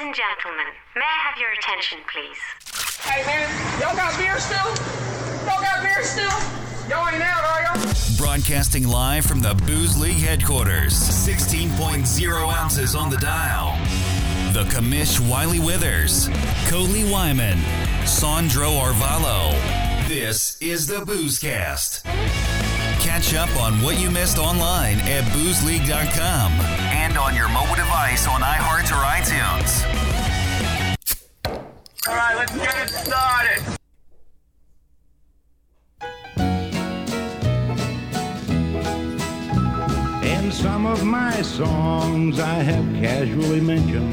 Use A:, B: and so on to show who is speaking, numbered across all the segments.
A: and gentlemen, may I have your attention, please?
B: Hey man, y'all got beer still? Y'all got beer still? Y'all ain't out, are y'all?
C: Broadcasting live from the Booze League headquarters, 16.0 ounces on the dial. The commish Wiley Withers, Coley Wyman, Sandro Arvalo. This is the Boozecast. Catch up on what you missed online at boozeleague.com and on your mobile device on iHeart or iTunes.
B: All right, let's get it started.
D: In some of my songs, I have casually mentioned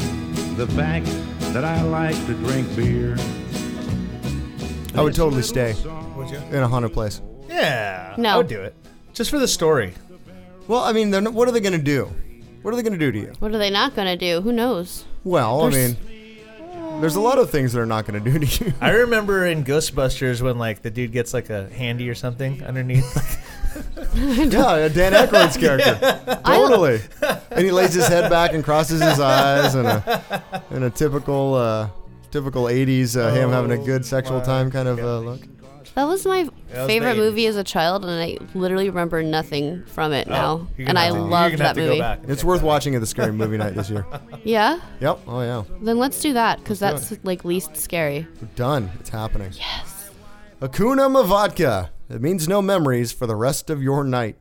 D: the fact that I like to drink beer.
E: I would totally stay
F: Would you?
E: in a haunted place.
F: Yeah.
G: No.
F: I would do it. Just for the story.
E: Well, I mean, they're not- what are they going to do? What are they going to do to you?
G: What are they not going to do? Who knows?
E: Well,
G: There's-
E: I mean, there's a lot of things they're not going to do to you.
F: I remember in Ghostbusters when like the dude gets like a handy or something underneath.
E: yeah, Dan Aykroyd's character, totally. And he lays his head back and crosses his eyes, and a in a typical uh, typical '80s uh, him having a good
F: Oh,
E: sexual time kind of uh, look.
G: That was my
F: was
G: favorite
F: the 80s.
G: movie as a child, and I literally remember nothing from it now.
F: Oh, You're
G: And
F: gonna
G: I
F: have to- you're
G: loved
F: gonna have
G: that
F: to go
G: movie.
F: back and
E: It's
F: check
E: worth
F: that out.
E: watching at the scary movie night this year.
G: Yeah?
E: Yep. Oh yeah.
G: Then let's do that because that's like least scary.
E: We're done. It's happening. Yes. Hakuna Mavatka. It means no memories for the rest of your night.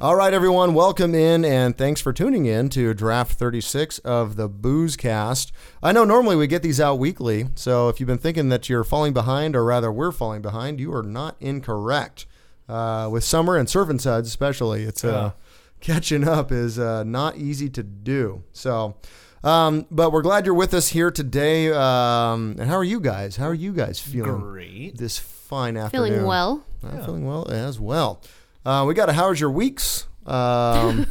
E: All right, everyone, welcome in and thanks for tuning in to Draft 36 of the Boozecast. I know normally we get these out weekly, so if you've been thinking that you're falling behind, or rather we're falling behind, you are not incorrect. Uh, with summer and surf and suds especially, it's uh, catching up is uh, not easy to do. So, um, but we're glad you're with us here today. Um, and how are you guys? How are you guys feeling
F: Great.
E: this fine afternoon?
G: Feeling well.
E: I'm Uh, feeling well as well. Uh, we got a how's your weeks? Um,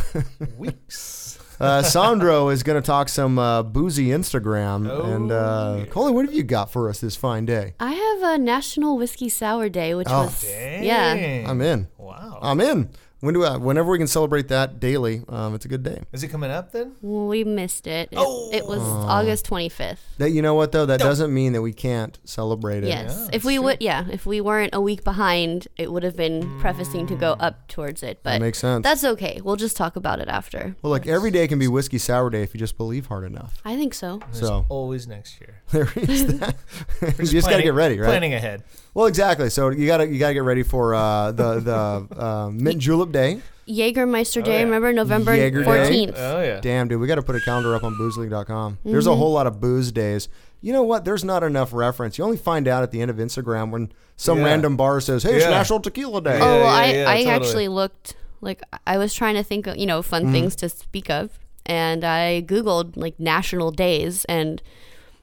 F: Weeks.
E: uh, Sandro is going to talk some uh, boozy Instagram. and uh, Colin, what have you got for us this fine day?
G: I have a National Whiskey Sour Day, which
E: Oh.
G: was. Yeah.
F: Dang.
E: I'm in.
F: Wow.
E: I'm in. When do I, whenever we can celebrate that daily, um, it's a good day.
F: Is it coming up then?
G: We missed it. It, it was
F: Oh.
G: August 25th.
E: That you know what though, that doesn't mean that we can't celebrate it.
G: Yes. if we would, yeah, if we weren't a week behind, it would have been prefacing to
F: Mm.
G: go up towards it. But
E: makes sense.
G: That's okay. We'll just talk about it after.
E: Well, like every day can be whiskey sour day if you just believe hard enough.
G: I think so.
E: So
F: Always next year.
E: there is that. you just got to
F: Planning-
E: get ready, right?
F: Planning ahead.
E: Well, exactly. So you gotta you gotta get ready for uh, the the um, mint julep day.
G: Jägermeister Day.
F: yeah.
G: Remember November
E: Jaeger Oh, Day.
G: 14th.
F: Oh yeah. Mm-hmm.
E: Damn, dude, we gotta put a calendar up on boozeleague.com. There's a whole lot of booze days. You know what? There's not enough reference. You only find out at the end of Instagram when some
F: Yeah.
E: random bar says, "Hey, it's
F: Yeah.
E: National Tequila Day."
G: Oh,
F: Yeah,
G: well,
F: yeah, yeah,
G: I, I
F: totally.
G: actually looked like I was trying to think of you know
E: Mm-hmm.
G: fun things to speak of, and I googled like national days, and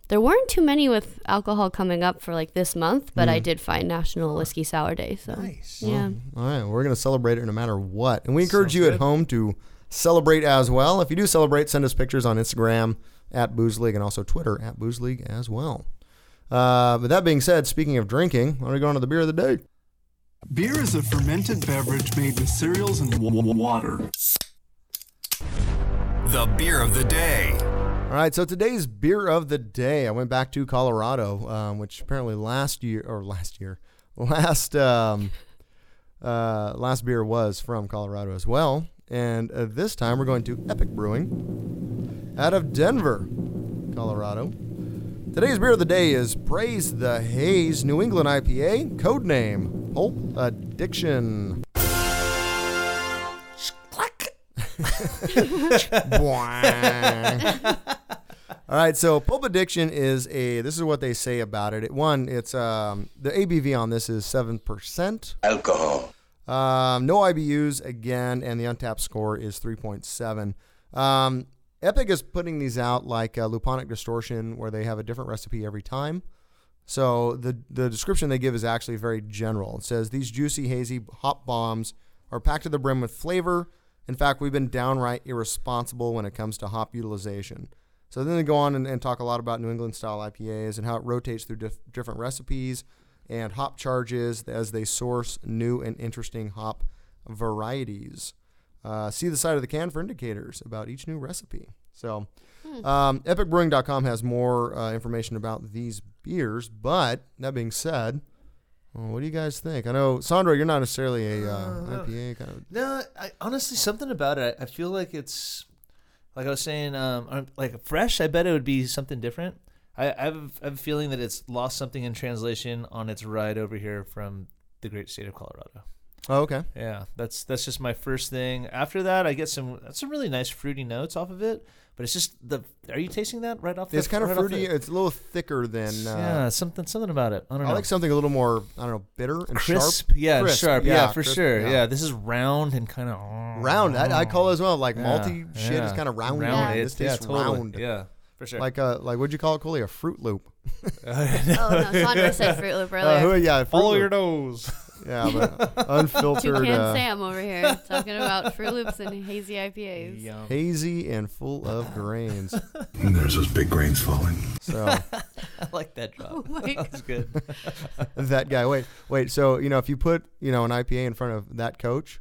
G: there weren't too many with alcohol coming up for like this month, but
E: Mm.
G: I did find National Whiskey Sour Day. So yeah,
E: All right, we're gonna celebrate it no matter what, and we encourage you at home to celebrate as well. If you do celebrate, send us pictures on Instagram at Booze League and also Twitter at Booze League as well. Uh, but that being said, speaking of drinking, why don't we go on to the beer of the day?
H: Beer is a fermented beverage made with cereals and w- w- water.
C: The beer of the day.
E: All right, so today's beer of the day. I went back to Colorado, um, which apparently last year or last year, last um, uh, last beer was from Colorado as well. And uh, this time we're going to Epic Brewing out of Denver, Colorado. Today's beer of the day is Praise the Haze New England IPA, codename Pulp Addiction. All right, so Pulp Addiction is a. This is what they say about it. it one, it's um, the ABV on this is seven percent.
I: alcohol.
E: Um, no IBUs again, and the untapped score is 3.7. Um, Epic is putting these out like uh, Luponic Distortion, where they have a different recipe every time. So the the description they give is actually very general. It says these juicy, hazy hop bombs are packed to the brim with flavor. In fact, we've been downright irresponsible when it comes to hop utilization. So then they go on and, and talk a lot about New England style IPAs and how it rotates through dif- different recipes and hop charges as they source new and interesting hop varieties. Uh, see the side of the can for indicators about each new recipe. So, um, epicbrewing.com has more uh, information about these beers. But that being said, well, what do you guys think? I know, Sandra, you're not necessarily a uh, IPA kind of.
F: No, I, honestly, something about it. I I feel like it's like I was saying, um, I'm- like fresh. I bet it would be something different. I, I, have, a- I have a feeling that it's lost something in translation on its ride over here from the great state of Colorado.
E: Oh, okay.
F: Yeah, that's that's just my first thing. After that, I get some that's some really nice fruity notes off of it. But it's just the are you tasting that right off? the-
E: It's kind of
F: right off
E: fruity.
F: the-
E: It's a little thicker than. Uh,
F: yeah, something something about it. I don't know.
E: I like something a little more, I don't know, bitter and
F: crisp.
E: sharp.
F: Yeah,
E: Crisp,
F: sharp. Yeah, for
E: crisp,
F: sure. Yeah. this is round and kind of
E: Round. I, I call it as well. Like malty shit is kind of round.
G: Yeah.
E: This
F: It's- yeah,
E: tastes
F: totally.
E: round.
F: Yeah, for sure.
E: Like a like what'd you call it, Cooley? A Fruit Loop.
G: Oh no, Sandra said Fruit Loop earlier.
E: Uh, who- yeah, Fruit Loop.
F: nose.
E: Yeah, but unfiltered,
G: Toucan
E: uh,
G: Sam over here talking about Fruit Loops and hazy IPAs.
E: hazy and full of grains.
I: There's those big grains falling.
E: So
F: I like that drop.
G: my
F: That's good.
E: that guy. Wait, wait. So you know, if you put you know an IPA in front of that coach,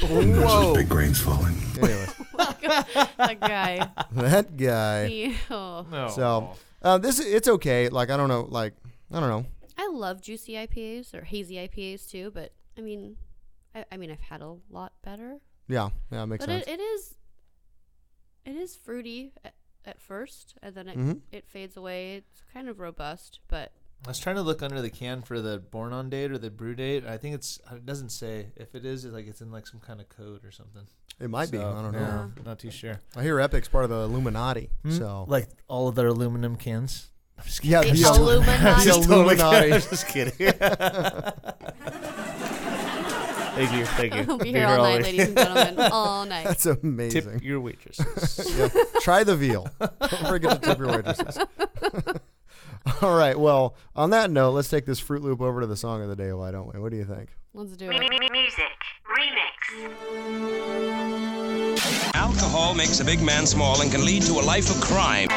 I: There's those big grains falling.
E: anyway,
G: That guy. oh.
E: that guy.
G: Ew. I
E: So
G: Oh.
E: uh, this it's okay. Like I don't know. Like I don't know.
G: love juicy IPAs or hazy IPAs too, but I mean, I, I mean, I've had a lot better,
E: Yeah, yeah, it makes
G: but
E: sense.
G: it, it is, it is fruity at, at first, and then it,
E: Mm-hmm.
G: it fades away. It's kind of robust, but
F: I was trying to look under the can for the born on date or the brew date. I think it's it doesn't say. If it is, it's like it's in like some kind of code or something.
E: It, might be.
F: So,
E: I don't know. Oh.
F: yeah, Hmm? Not too sure.
E: I hear Epic's part of the Illuminati. So
F: Like all of their aluminum cans. I'm just kidding.
E: yeah,
G: The
E: the,
G: Illuminati.
E: the
G: Just
F: totally kidding.
E: Illuminati.
F: just kidding. thank you, thank you.
G: we'll be
F: Peter
G: here all night,
F: Always.
G: ladies and gentlemen, all night.
E: That's amazing.
F: Tip your waitresses.
E: Yeah. Try the veal. Don't forget to tip your waitresses. All right. Well, on that note, let's take this Fruit Loop over to the song of the day. Why don't we? What do you think?
G: Let's do
A: M-
G: it.
A: m- music remix.
J: Alcohol makes a big man small and can lead to a life of crime.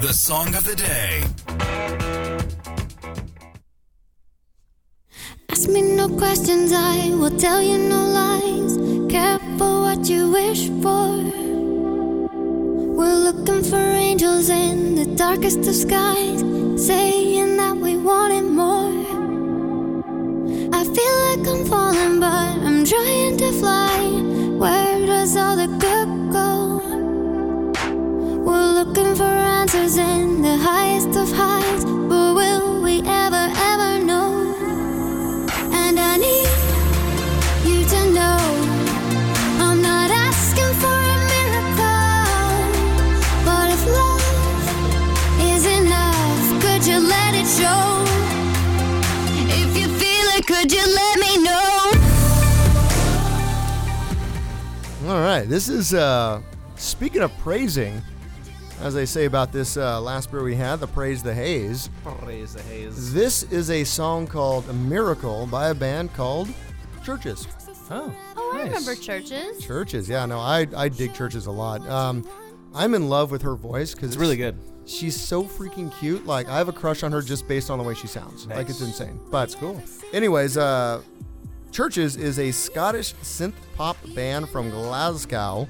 C: The song of the day.
K: Ask me no questions, I will tell you no lies. Careful what you wish for. We're looking for angels in the darkest of skies, saying that we wanted more. I feel like I'm falling, but I'm trying to fly. Where does all the good go? We're looking for answers in the highest of highs, but will we ever, ever know? And I need you to know I'm not asking for a miracle, but if love is enough, could you let it show? If you feel it, could you let me know?
E: All right. This is uh, speaking of praising, as they say about this uh, last beer we had, the Praise the Haze.
F: Raise the haze.
E: This is a song called "Miracle" by a band called Churches.
F: Oh,
G: Oh, I
F: nice.
G: remember churches.
E: Churches. Yeah. No, I I dig Churches a lot. Um, I'm in love with her voice because
F: It's really good.
E: She's so freaking cute. Like I have a crush on her just based on the way she sounds. Like it's insane. But it's cool. Anyways, uh Churches is a Scottish synth pop band from Glasgow,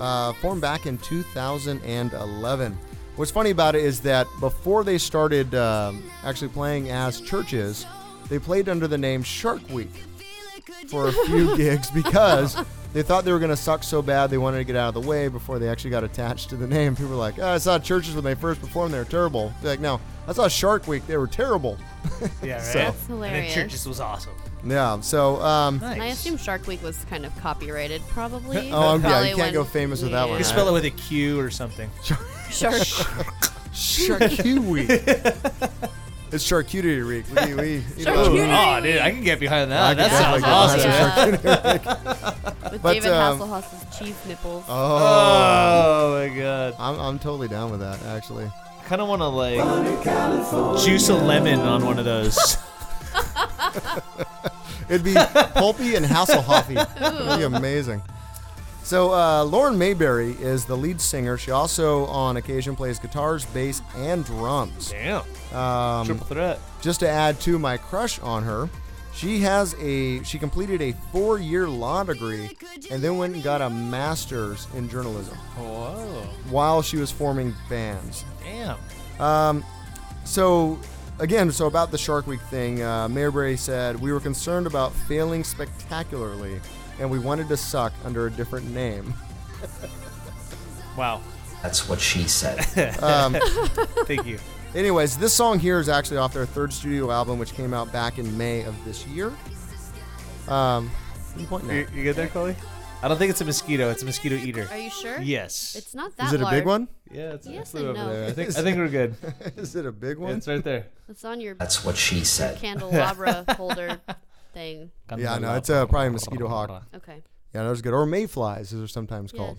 E: uh, formed back in 2011. What's funny about it is that before they started um, actually playing as Churches, they played under the name Shark Week for a few gigs because they thought they were going to suck so bad they wanted to get out of the way before they actually got attached to the name. People were like, oh, I saw Churches when they first performed, they were terrible. They're like, no, I saw Shark Week, they were terrible.
F: Yeah, right.
G: That's hilarious.
F: was awesome.
E: Yeah, so um,
F: Nice.
G: And I assume Shark Week was kind of copyrighted, probably.
E: Oh, um, yeah, you
G: Probably
E: can't
G: when-
E: go famous with that one,
F: you
E: right?
F: spell it with a Q or something.
G: Shark,
E: Charcuterie Week. it's Charcuterie Week. We, we eat a lot of-
G: Charcuterie.
F: Oh, dude, I can get behind that.
E: I
F: that
E: can
F: sounds
E: definitely get behind
F: awesome.
E: that.
G: with
E: But,
G: David
E: um,
G: Hasselhoff's cheese nipples.
E: Oh,
F: Oh my god.
E: I'm, I'm totally down with that, actually.
F: I kind of want to like juice a lemon on one of those.
E: It'd be pulpy and Hasselhoffy. It'd be amazing. So uh, Lauren Mayberry is the lead singer. She also, on occasion, plays guitars, bass, and drums.
F: Damn.
E: Um,
F: Triple threat.
E: Just to add to my crush on her, she has a she completed a four-year law degree and then went and got a master's in journalism
F: Whoa.
E: while she was forming bands.
F: Damn.
E: Um, so, again, so about the Shark Week thing, uh, Mayberry said, We were concerned about failing spectacularly, and we wanted to suck under a different name.
F: Wow.
L: That's what she said.
E: Um,
F: Thank you.
E: anyways, this song here is actually off their third studio album, which came out back in May of this year. Um, what are you pointing
F: You,
E: at?
F: you get there, Chloe? I don't think it's a mosquito. It's a mosquito eater.
G: Are you sure?
F: Yes.
G: It's not that
E: Is it a big
G: large.
E: one?
F: Yeah, it's
G: Yes
F: it flew
G: and
F: over
G: no.
F: there. I think I think we're good.
E: Is it a big one?
F: It's right there.
G: It's on your
L: That's what she said.
G: candelabra holder thing.
E: Yeah, no, it's uh, probably a mosquito hawk.
G: Okay.
E: Yeah, that was good. Or mayflies, as they're sometimes called.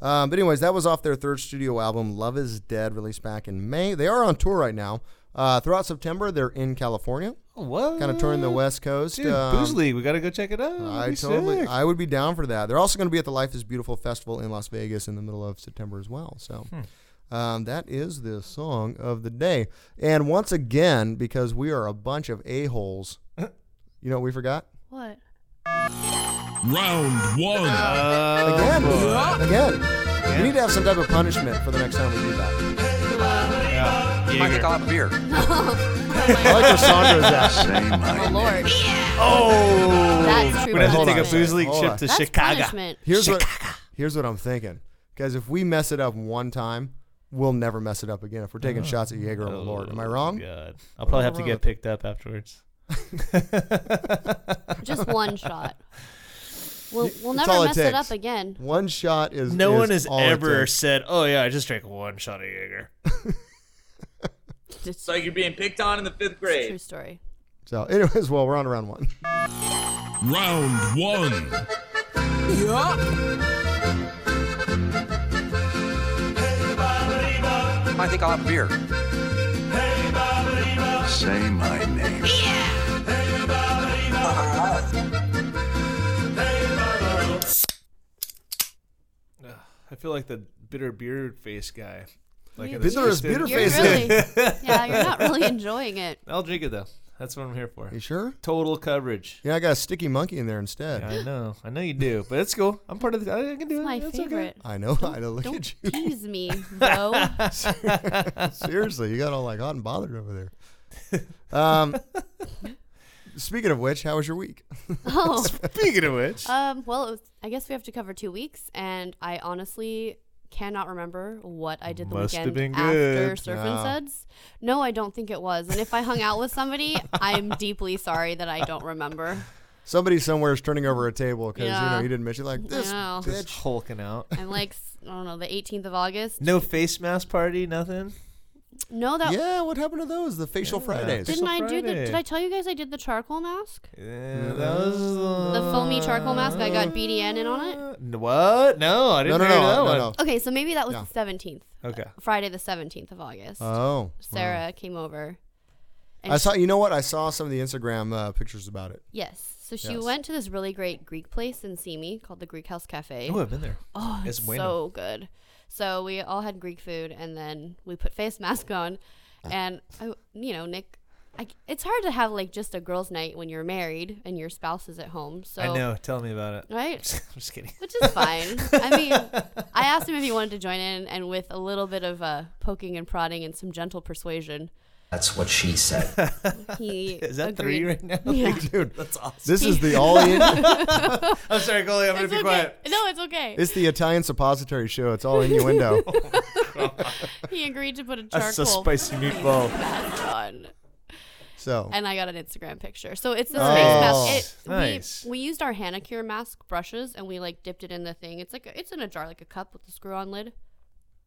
E: Um, but anyways, that was off their third studio album, Love Is Dead, released back in May. They are on tour right now. Uh, throughout September, they're in California,
F: Oh, what?
E: kind of touring the West Coast.
F: Dude,
E: um,
F: Booze League. We gotta go check it out.
E: I
F: It'd be
E: totally,
F: sick.
E: I would be down for that. They're also going to be at the Life Is Beautiful festival in Las Vegas in the middle of September as well. So,
F: Hmm.
E: um, that is the song of the day. And once again, because we are a bunch of a holes, you know what we forgot
G: What?
M: Round one.
E: again, again. We need to have some type of punishment for the next time we do that.
J: Yeah. Might call it beer.
E: I like where Sandra's at.
G: Oh Lord.
F: Oh.
G: That's true.
F: We'd have to
E: Hold
F: take
E: on
F: a
E: a
F: Booze
E: second.
F: League
E: Hold
F: trip
E: on.
F: to
G: That's
F: Chicago.
G: punishment.
E: Here's what here's what I'm thinking, guys. If we mess it up one time, we'll never mess it up again. If we're taking shots at Jaeger and Lord, am I wrong?
F: Oh God. I'll probably have to get picked up afterwards.
G: Just one shot. We'll we'll
E: That's
G: never
E: all it
G: mess it
E: takes.
G: up again.
E: One shot is
F: No
E: is
F: one has
E: all it
F: ever
E: takes.
F: said, "Oh yeah, I just drank one shot of Jaeger."
G: Just
N: like you're being picked on in the fifth grade.
G: true story.
E: So, anyways, well, we're on to round one.
M: Round one.
J: I think I'll have a beer.
I: Say my name.
F: I feel like the bitter beer face guy. Like
G: You-
F: in the
E: Bitter is
F: Twisted-
E: bitter
G: You're
E: face.
G: really, yeah, you're not really enjoying it.
F: I'll drink it though. That's what I'm here for.
E: You sure?
F: Total coverage.
E: Yeah, I got a sticky monkey in there instead.
F: Yeah, I know. I know you do, but it's cool. I'm part of the. I can do it.
G: My
F: It's okay.
G: favorite.
E: I know. I know. Look at
G: Don't
E: you.
G: tease me, though.
E: Seriously, you got all like hot and bothered over there. Um, speaking of which, how was your week?
G: oh.
F: Speaking of which,
G: Um, well, it was, I guess we have to cover two weeks, and I honestly cannot remember what I did the
F: Must have
G: weekend
F: been
G: after
F: good.
G: Surf
E: No.
G: and Suds. No, I don't think it was. And if I hung out with somebody, I'm deeply sorry that I don't remember.
E: Somebody somewhere is turning over a table because you
G: Yeah.
E: know you didn't mention like this
G: know.
F: just
E: bitch.
F: hulking out.
G: I'm like, s- I don't know, the 18th of August.
F: No face mask party. Nothing.
G: No, that
E: Yeah, what happened to those? The facial Fridays.
G: didn't I do the?
F: Friday.
G: Did I tell you guys I did the charcoal mask?
F: Yeah, that was Uh,
G: The foamy charcoal mask. I got BDN in on it.
F: N- What? No,
E: no,
F: I didn't
E: no,
F: hear
E: no,
F: that
E: no, no.
G: Okay, so maybe that was
E: Yeah.
G: the 17th,
F: one. Okay.
G: Friday the 17th of August.
E: Oh,
G: Sarah came over.
E: I saw. You know what? I saw some of the Instagram uh, pictures about it.
G: Yes. So she
E: Yes.
G: went to this really great Greek place in Simi called the Greek House Cafe.
F: Oh, I've been there.
G: Oh,
F: It's
G: it's
F: bueno.
G: so good. So we all had Greek food, and then we put face mask on,
E: Ah.
G: and I, you know, Nick, I, it's hard to have like just a girls' night when you're married and your spouse is at home. So
F: I know. Tell me about it.
G: right?
F: I'm just kidding.
G: Which is fine. I mean, I asked him if he wanted to join in, and with a little bit of uh, poking and prodding and some gentle persuasion,
L: That's what she said.
G: he
F: Is that
G: agreed.
F: three right now?
G: Yeah.
E: Dude,
F: That's awesome.
E: this is the all in.
F: I'm sorry, Goalie. I'm gonna
G: It's
F: be
G: okay.
F: quiet.
G: No, it's okay.
E: It's the Italian suppository show. It's all innuendo.
G: he agreed to put a charcoal.
F: That's a spicy meatball.
G: mask on.
E: So
G: And I got an Instagram picture. So it's this
E: Nice.
G: face mask. It,
F: Oh, Nice.
G: we, we used our Hanicure mask brushes and we like dipped it in the thing. It's like a, it's in a jar, like a cup with a screw on lid.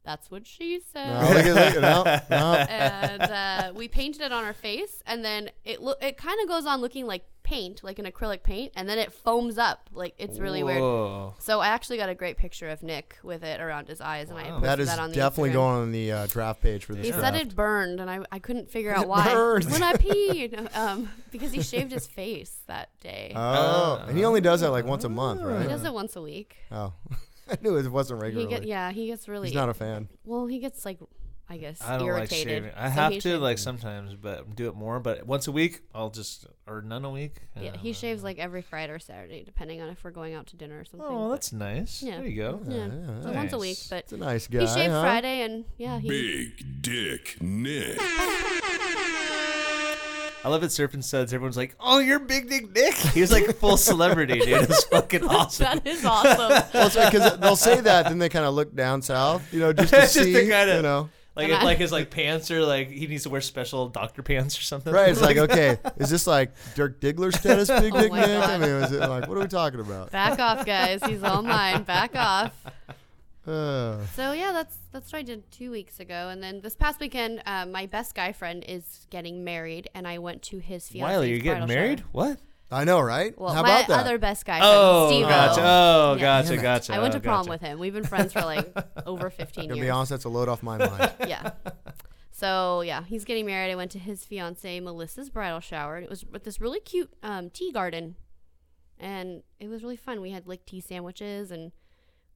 G: That's what she said.
E: no, oh, look at- look at- no, no.
G: And uh, we painted it on our face, and then it lo- it kind of goes on looking like paint, like an acrylic paint, and then it foams up. Like it's really
E: Whoa.
G: weird. So I actually got a great picture of Nick with it around his eyes, and I posted
E: That
G: that,
E: is
G: on the
E: definitely
G: Instagram.
E: going on the uh, draft page for this.
G: He
E: draft.
G: said it burned, and I, I couldn't figure
E: It
G: out why
E: burned.
G: when I peed, um, because he shaved his face that day.
E: Oh, and he only does that like once a month, right?
G: He does it once a week.
E: Oh, I knew it wasn't
G: Oh. He
E: regularly.
G: get, yeah, he gets really.
E: He's not a fan.
G: Well, he gets like, I guess,
F: I don't like
G: irritated.
F: shaving. I
G: So
F: have
G: he
F: to
G: shaves-
F: like sometimes, but do it more. But once a week, I'll just or none a week.
G: Yeah,
F: Uh,
G: he shaves like every Friday or Saturday, depending on if we're going out to dinner or something.
F: Oh,
G: but-
F: that's nice.
G: Yeah.
F: There you go.
G: Yeah,
M: Yeah,
G: so once a
M: nice.
G: week, but
M: It's a nice
G: He
M: guy,
G: shaved
M: huh?
G: Friday, and yeah, he
M: Big Dick Nick.
F: I love it. Surfing suds. Everyone's like, "Oh, you're Big Dick Nick." He was like a full celebrity, dude. It was fucking awesome.
G: That is awesome.
E: Well, because they'll say that, then they kind of look down south, you know, just to see, you know.
F: like if like his like pants are like he needs to wear special doctor pants or something.
E: Right, it's like, okay, is this like Dirk Diggler's tennis big
G: Oh
E: dick
G: my
E: Nick? I
G: God.
E: mean, is it like, what are we talking about?
G: back off, guys. He's all mine. Back off.
E: Uh,
G: So yeah, that's that's what I did two weeks ago, and then this past weekend, uh, my best guy friend is getting married, and I went to his fiance.
F: Wiley, you're getting married? What?
E: I know, right?
G: Well,
E: How
G: my
E: about that?
G: other best guy friend,
F: Oh,
G: Steve.
F: gotcha. Oh, gotcha,
E: Damn it.
F: gotcha.
G: I went
F: oh,
G: to prom
F: gotcha.
G: with him. We've been friends for like over 15
E: Gonna
G: years.
E: be honest, that's a load off my mind.
G: yeah. So yeah, he's getting married. I went to his fiance Melissa's bridal shower, and it was with this really cute um, tea garden, and it was really fun. We had like tea sandwiches and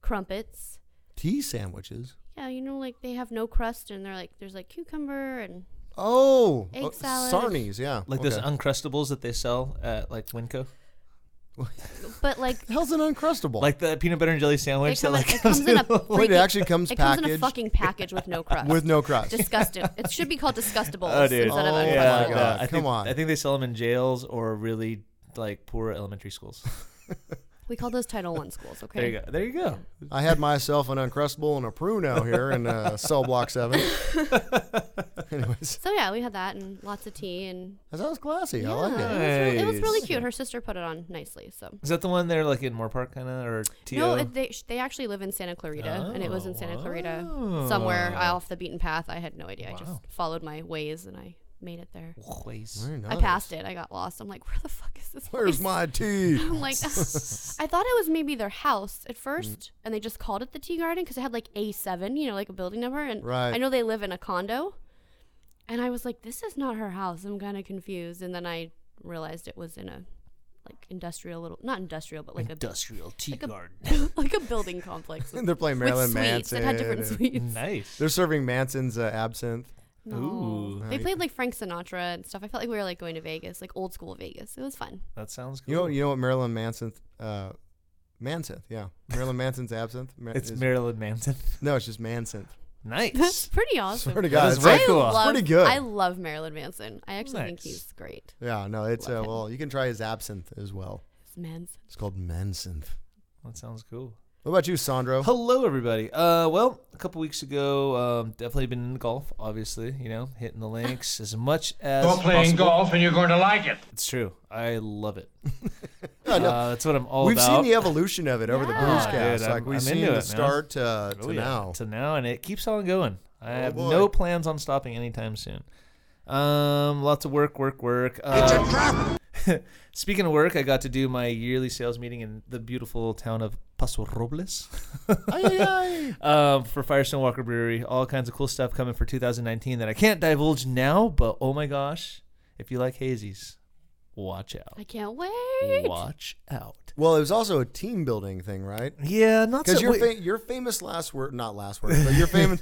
G: crumpets.
E: Tea sandwiches.
G: Yeah, you know, like they have no crust, and they're like there's like cucumber and
E: Oh,
G: Egg
E: oh,
G: salad.
E: Sarnies, yeah.
F: Like those
E: okay.
F: uncrustables that they sell at like Winco.
G: but like
E: Hell's an uncrustable.
F: Like the peanut butter and jelly
G: it,
F: sandwich
G: come
F: that
G: in,
F: like
G: it comes in a
E: Wait, it
G: freaking-
E: actually comes
G: it comes in a
E: packaged-
G: fucking package with no crust
E: With no crust.
G: Disgusting. It should be called disgustables
F: Oh, dude.
G: instead of
E: Oh,
G: uncrustables.
E: yeah,
F: no,
E: God,
F: Uh, I think,
E: come on.
F: I think they sell them in jails or really like poor elementary schools.
G: We call those Title One schools. Okay.
F: There you go. There you go.
E: I had myself an uncrustable and a pruno here in uh, cell block seven. Anyways,
G: So yeah, we had that and lots of tea and
E: that sounds classy. I like
G: Yeah,
E: it.
G: It was, really, it was
F: Nice.
G: really cute. Her sister put it on nicely. So
F: Is that the one there like in Moore Park kind of or TO?
G: no, it, they sh- they actually live in Santa Clarita, and it was in Santa Clarita
E: Oh.
G: somewhere uh, off the beaten path. I had no idea. I just followed my ways and I made it there.
F: Ways.
E: Very
G: I
E: nice.
G: passed it. I got lost. I'm like, where the fuck is this?
E: Where's
G: place?
E: my tea?
G: I'm like, I thought it was maybe their house at first,
E: Mm.
G: and they just called it the Tea Garden because it had like A7, you know, like a building number. And
E: Right.
G: I know they live in a condo, and I was like, this is not her house. I'm kind of confused. And then I realized it was in a like industrial little, not industrial, but like
F: industrial tea garden,
G: a like a building complex.
E: They're playing Marilyn
G: with suites. It had different
E: Manson.
G: suites.
F: Nice.
E: They're serving Manson's uh, absinthe.
G: No.
F: Ooh.
G: They
E: Right.
G: played like Frank Sinatra and stuff. I felt like we were like going to Vegas, like old school Vegas. It was fun.
F: That sounds cool.
E: You know, you know what Marilyn Manson, uh, Manson, yeah, Marilyn Manson's absinthe. Ma-
F: it's
E: is-
F: Marilyn Manson.
E: no, it's just Manson.
G: That's
F: Nice.
G: pretty awesome.
E: Swear to
F: That
E: God,
F: is
E: it's
F: very
E: like-
G: I
F: cool.
G: Love,
E: Pretty good.
G: I love Marilyn Manson. I actually think
F: Nice.
G: he's great.
E: yeah, no, it's uh,
G: Love him.
E: well, you can try his absinthe as well.
G: It's Manson.
E: It's called Manson.
F: That sounds cool.
E: What about you, Sandro?
F: Hello, everybody. Uh, well, a couple weeks ago, um, definitely been in golf. Obviously, you know, hitting the links as much as
B: Go playing
F: possible.
B: golf and you're going to like it.
F: It's true. I love it.
E: I know.
F: Uh, that's what I'm all
E: We've
F: about.
E: seen the evolution of it over the
G: Yeah.
F: Oh,
E: newscast.
F: dude,
E: like
F: I'm-
E: we've
F: I'm
E: seen
F: into
E: the
F: it, man.
E: start uh, to
F: Oh, yeah.
E: now. Oh,
F: To now, and it keeps on going. I have
E: boy.
F: no plans on stopping anytime soon. Um, lots of work, work, work. Um, speaking of work, I got to do my yearly sales meeting in the beautiful town of Paso Robles. um, for Firestone Walker Brewery. All kinds of cool stuff coming for 2019 that I can't divulge now, but oh my gosh, if you like hazies, watch out.
G: I can't wait.
F: Watch out.
E: Well, it was also a team building thing, right?
F: Yeah, not
E: Because
F: so.
E: your
F: wait-
E: fa- your famous last word, not last word, but your famous,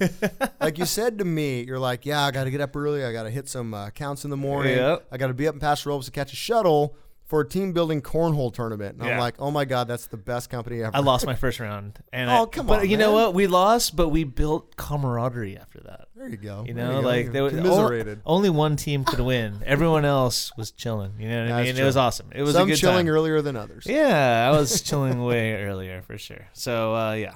E: like you said to me, you're like, yeah, I got to get up early. I got to hit some uh, counts in the morning.
F: Yep.
E: I got to be up in Pastor Robes to catch a shuttle for a team building cornhole tournament. And I'm
F: Yeah.
E: like, oh my god, that's the best company ever.
F: I lost my first round. And
E: Oh,
F: I-
E: come
F: but
E: on,
F: You know
E: man.
F: what? We lost, but we built camaraderie after that.
E: There you go.
F: You
E: There
F: know,
E: go.
F: like they were oh,
E: commiserated.
F: o- Only one team could win. Everyone else was chilling. You know what I
E: That's
F: mean?
E: true.
F: It was awesome. It was
E: some
F: a good
E: chilling
F: time.
E: earlier than others.
F: Yeah, I was chilling way earlier for sure. So uh, yeah,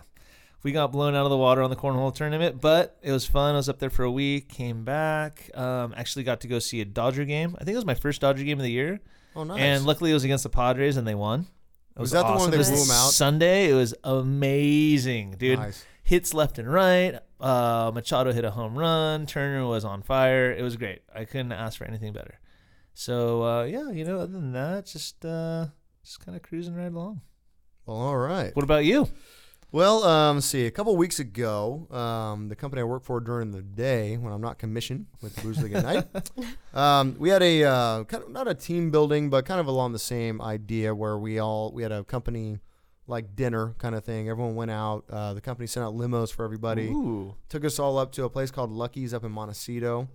F: we got blown out of the water on the cornhole tournament, but it was fun. I was up there for a week, came back, um, actually got to go see a Dodger game. I think it was my first Dodger game of the year.
E: Oh, nice.
F: And luckily, it was against the Padres, and they won. It
E: Was that the one
F: awesome.
E: they
F: It was
E: blew 'em out?
F: Sunday, it was amazing, dude.
E: Nice.
F: Hits left and right. Uh, Machado hit a home run. Turner was on fire. It was great. I couldn't ask for anything better. So uh, yeah, you know, other than that, just uh, just kind of cruising right along.
E: Well, all right.
F: What about you?
E: Well, um, let's see. A couple weeks ago, um, the company I work for during the day, when I'm not commissioned with the Blues League at night, um, we had a uh, kind of not a team building, but kind of along the same idea where we all we had a company like dinner kind of thing. Everyone went out. Uh, the company sent out limos for everybody.
F: Ooh.
E: Took us all up to a place called Lucky's up in Montecito,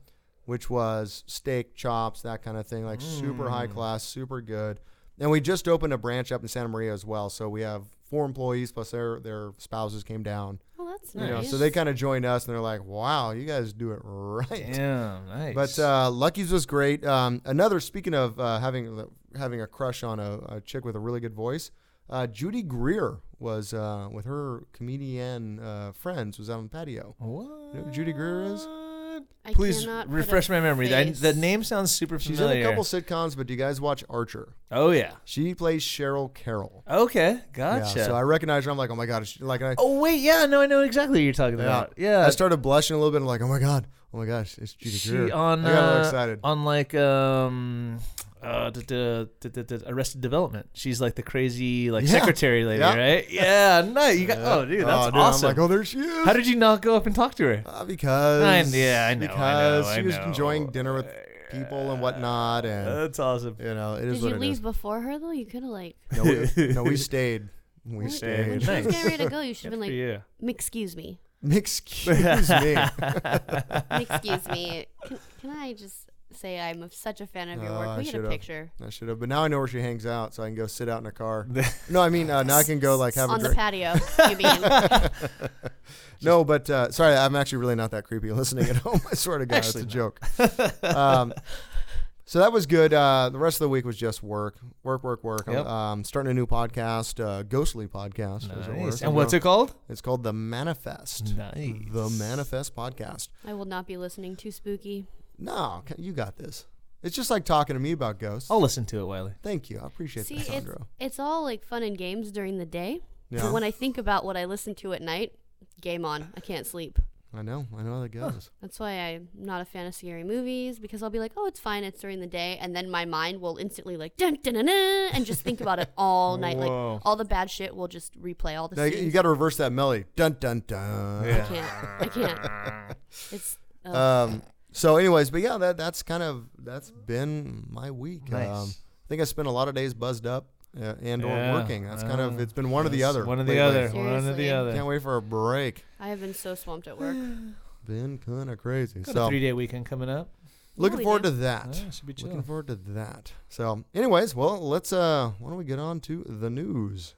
E: which was steak, chops, that kind of thing. Like super high class, super good. And we just opened a branch up in Santa Maria as well. So we have four employees plus their their spouses came down.
G: Well, that's
E: You know,
G: nice.
E: so they kind of joined us, and they're like, "Wow, you guys do it right."
F: Damn, nice.
E: But uh, Lucky's was great. Um, another speaking of uh, having having a crush on a, a chick with a really good voice, uh, Judy Greer was uh, with her comedian uh, friends was out on the patio.
F: What?
E: You know who Judy Greer is?
G: I
F: Please
G: cannot put a
F: refresh my memory. I,
G: face.
F: the name sounds super
E: She's
F: familiar.
E: in a couple sitcoms, but do you guys watch Archer?
F: oh yeah.
E: She plays Cheryl Carroll.
F: Okay,
E: Yeah,
F: gotcha.
E: so I recognize her. I'm like, oh my god, is she, like I,
F: oh wait, yeah, no, I know exactly what you're talking about. Yeah,
E: I started blushing a little bit. I'm like, oh my god, oh my gosh, it's Judy
F: she
E: Greer.
F: on
E: I got a
F: uh,
E: little excited.
F: on like um uh, d- d- d- d- d- Arrested Development. She's like the crazy like
E: Yeah.
F: secretary lady,
E: Yeah.
F: right? Yeah, no, you got. Oh, dude, that's
E: Oh, dude,
F: awesome.
E: I'm like, oh, there she is.
F: How did you not go up and talk to her?
E: Uh, because
F: I- yeah, I know, I
E: because
F: know,
E: she
F: I
E: was
F: know. Uh,
E: enjoying dinner with people and whatnot, and
F: that's awesome.
E: you know it is
G: Did you
E: what it
G: leave
E: is.
G: before her though? You could have like.
E: No, we, no, we stayed. We
G: When
E: stayed.
G: she was getting ready to go, you should have been like,
F: Good
G: "M- "Excuse me,
E: Excuse me.
G: excuse me. Can, can I just say I'm a- such a fan of your
E: Oh, I
G: work? We get a
E: should've.
G: picture
E: I should have, but now I know where she hangs out, so I can go sit out in her car. no, I mean uh, now I can go like have
G: on
E: a
G: the
E: drink.
G: patio. You mean?
E: no, but uh, sorry, I'm actually really not that creepy listening at home. I swear to God,
F: Actually
E: it's a joke. um, so that was good. Uh, the rest of the week was just work, work, work, work. I'm,
F: Yep.
E: Um, starting a new podcast, uh, ghostly podcast. as it were.
F: Nice.
E: So
F: And what's it called?
E: It's called the Manifest.
F: Nice.
E: The Manifest podcast.
G: I will not be listening to spooky.
E: No, c- you got this. It's just like talking to me about ghosts.
F: I'll listen to it, Wiley.
E: Thank you. I appreciate
G: See,
E: that,
G: it's
E: Sandro.
G: it's all like fun and games during the day,
E: Yeah.
G: but when I think about what I listen to at night, game on. I can't sleep.
E: I know. I know how that goes.
G: That's why I'm not a fan of scary movies because I'll be like, oh, it's fine, it's during the day, and then my mind will instantly like dun dun dun, dun and just think about it all night.
F: Whoa.
G: Like all the bad shit will just replay all the.
E: Now, you- you
G: scenes.
E: got to reverse that melody. Dun, dun, dun.
G: I can't. I can't. It's. ugh.
E: Um, so, anyways, but yeah, that that's kind of that's been my week.
F: Nice.
E: Um, I think I spent a lot of days buzzed up uh, and or
F: Yeah.
E: working. That's kind of
F: Uh,
E: it's been one or the
F: that's
E: other.
F: One or the
E: lately.
F: other. One or
G: Seriously.
F: the other.
E: Can't wait for a break.
G: I have been so swamped at work.
E: Been kind of crazy.
F: Got a
E: so
F: three day weekend coming up.
E: looking
G: we
E: forward
G: do.
E: to that.
F: Yeah, should be chill.
E: Looking forward to that. So, anyways, well, let's uh, why don't we get on to the news?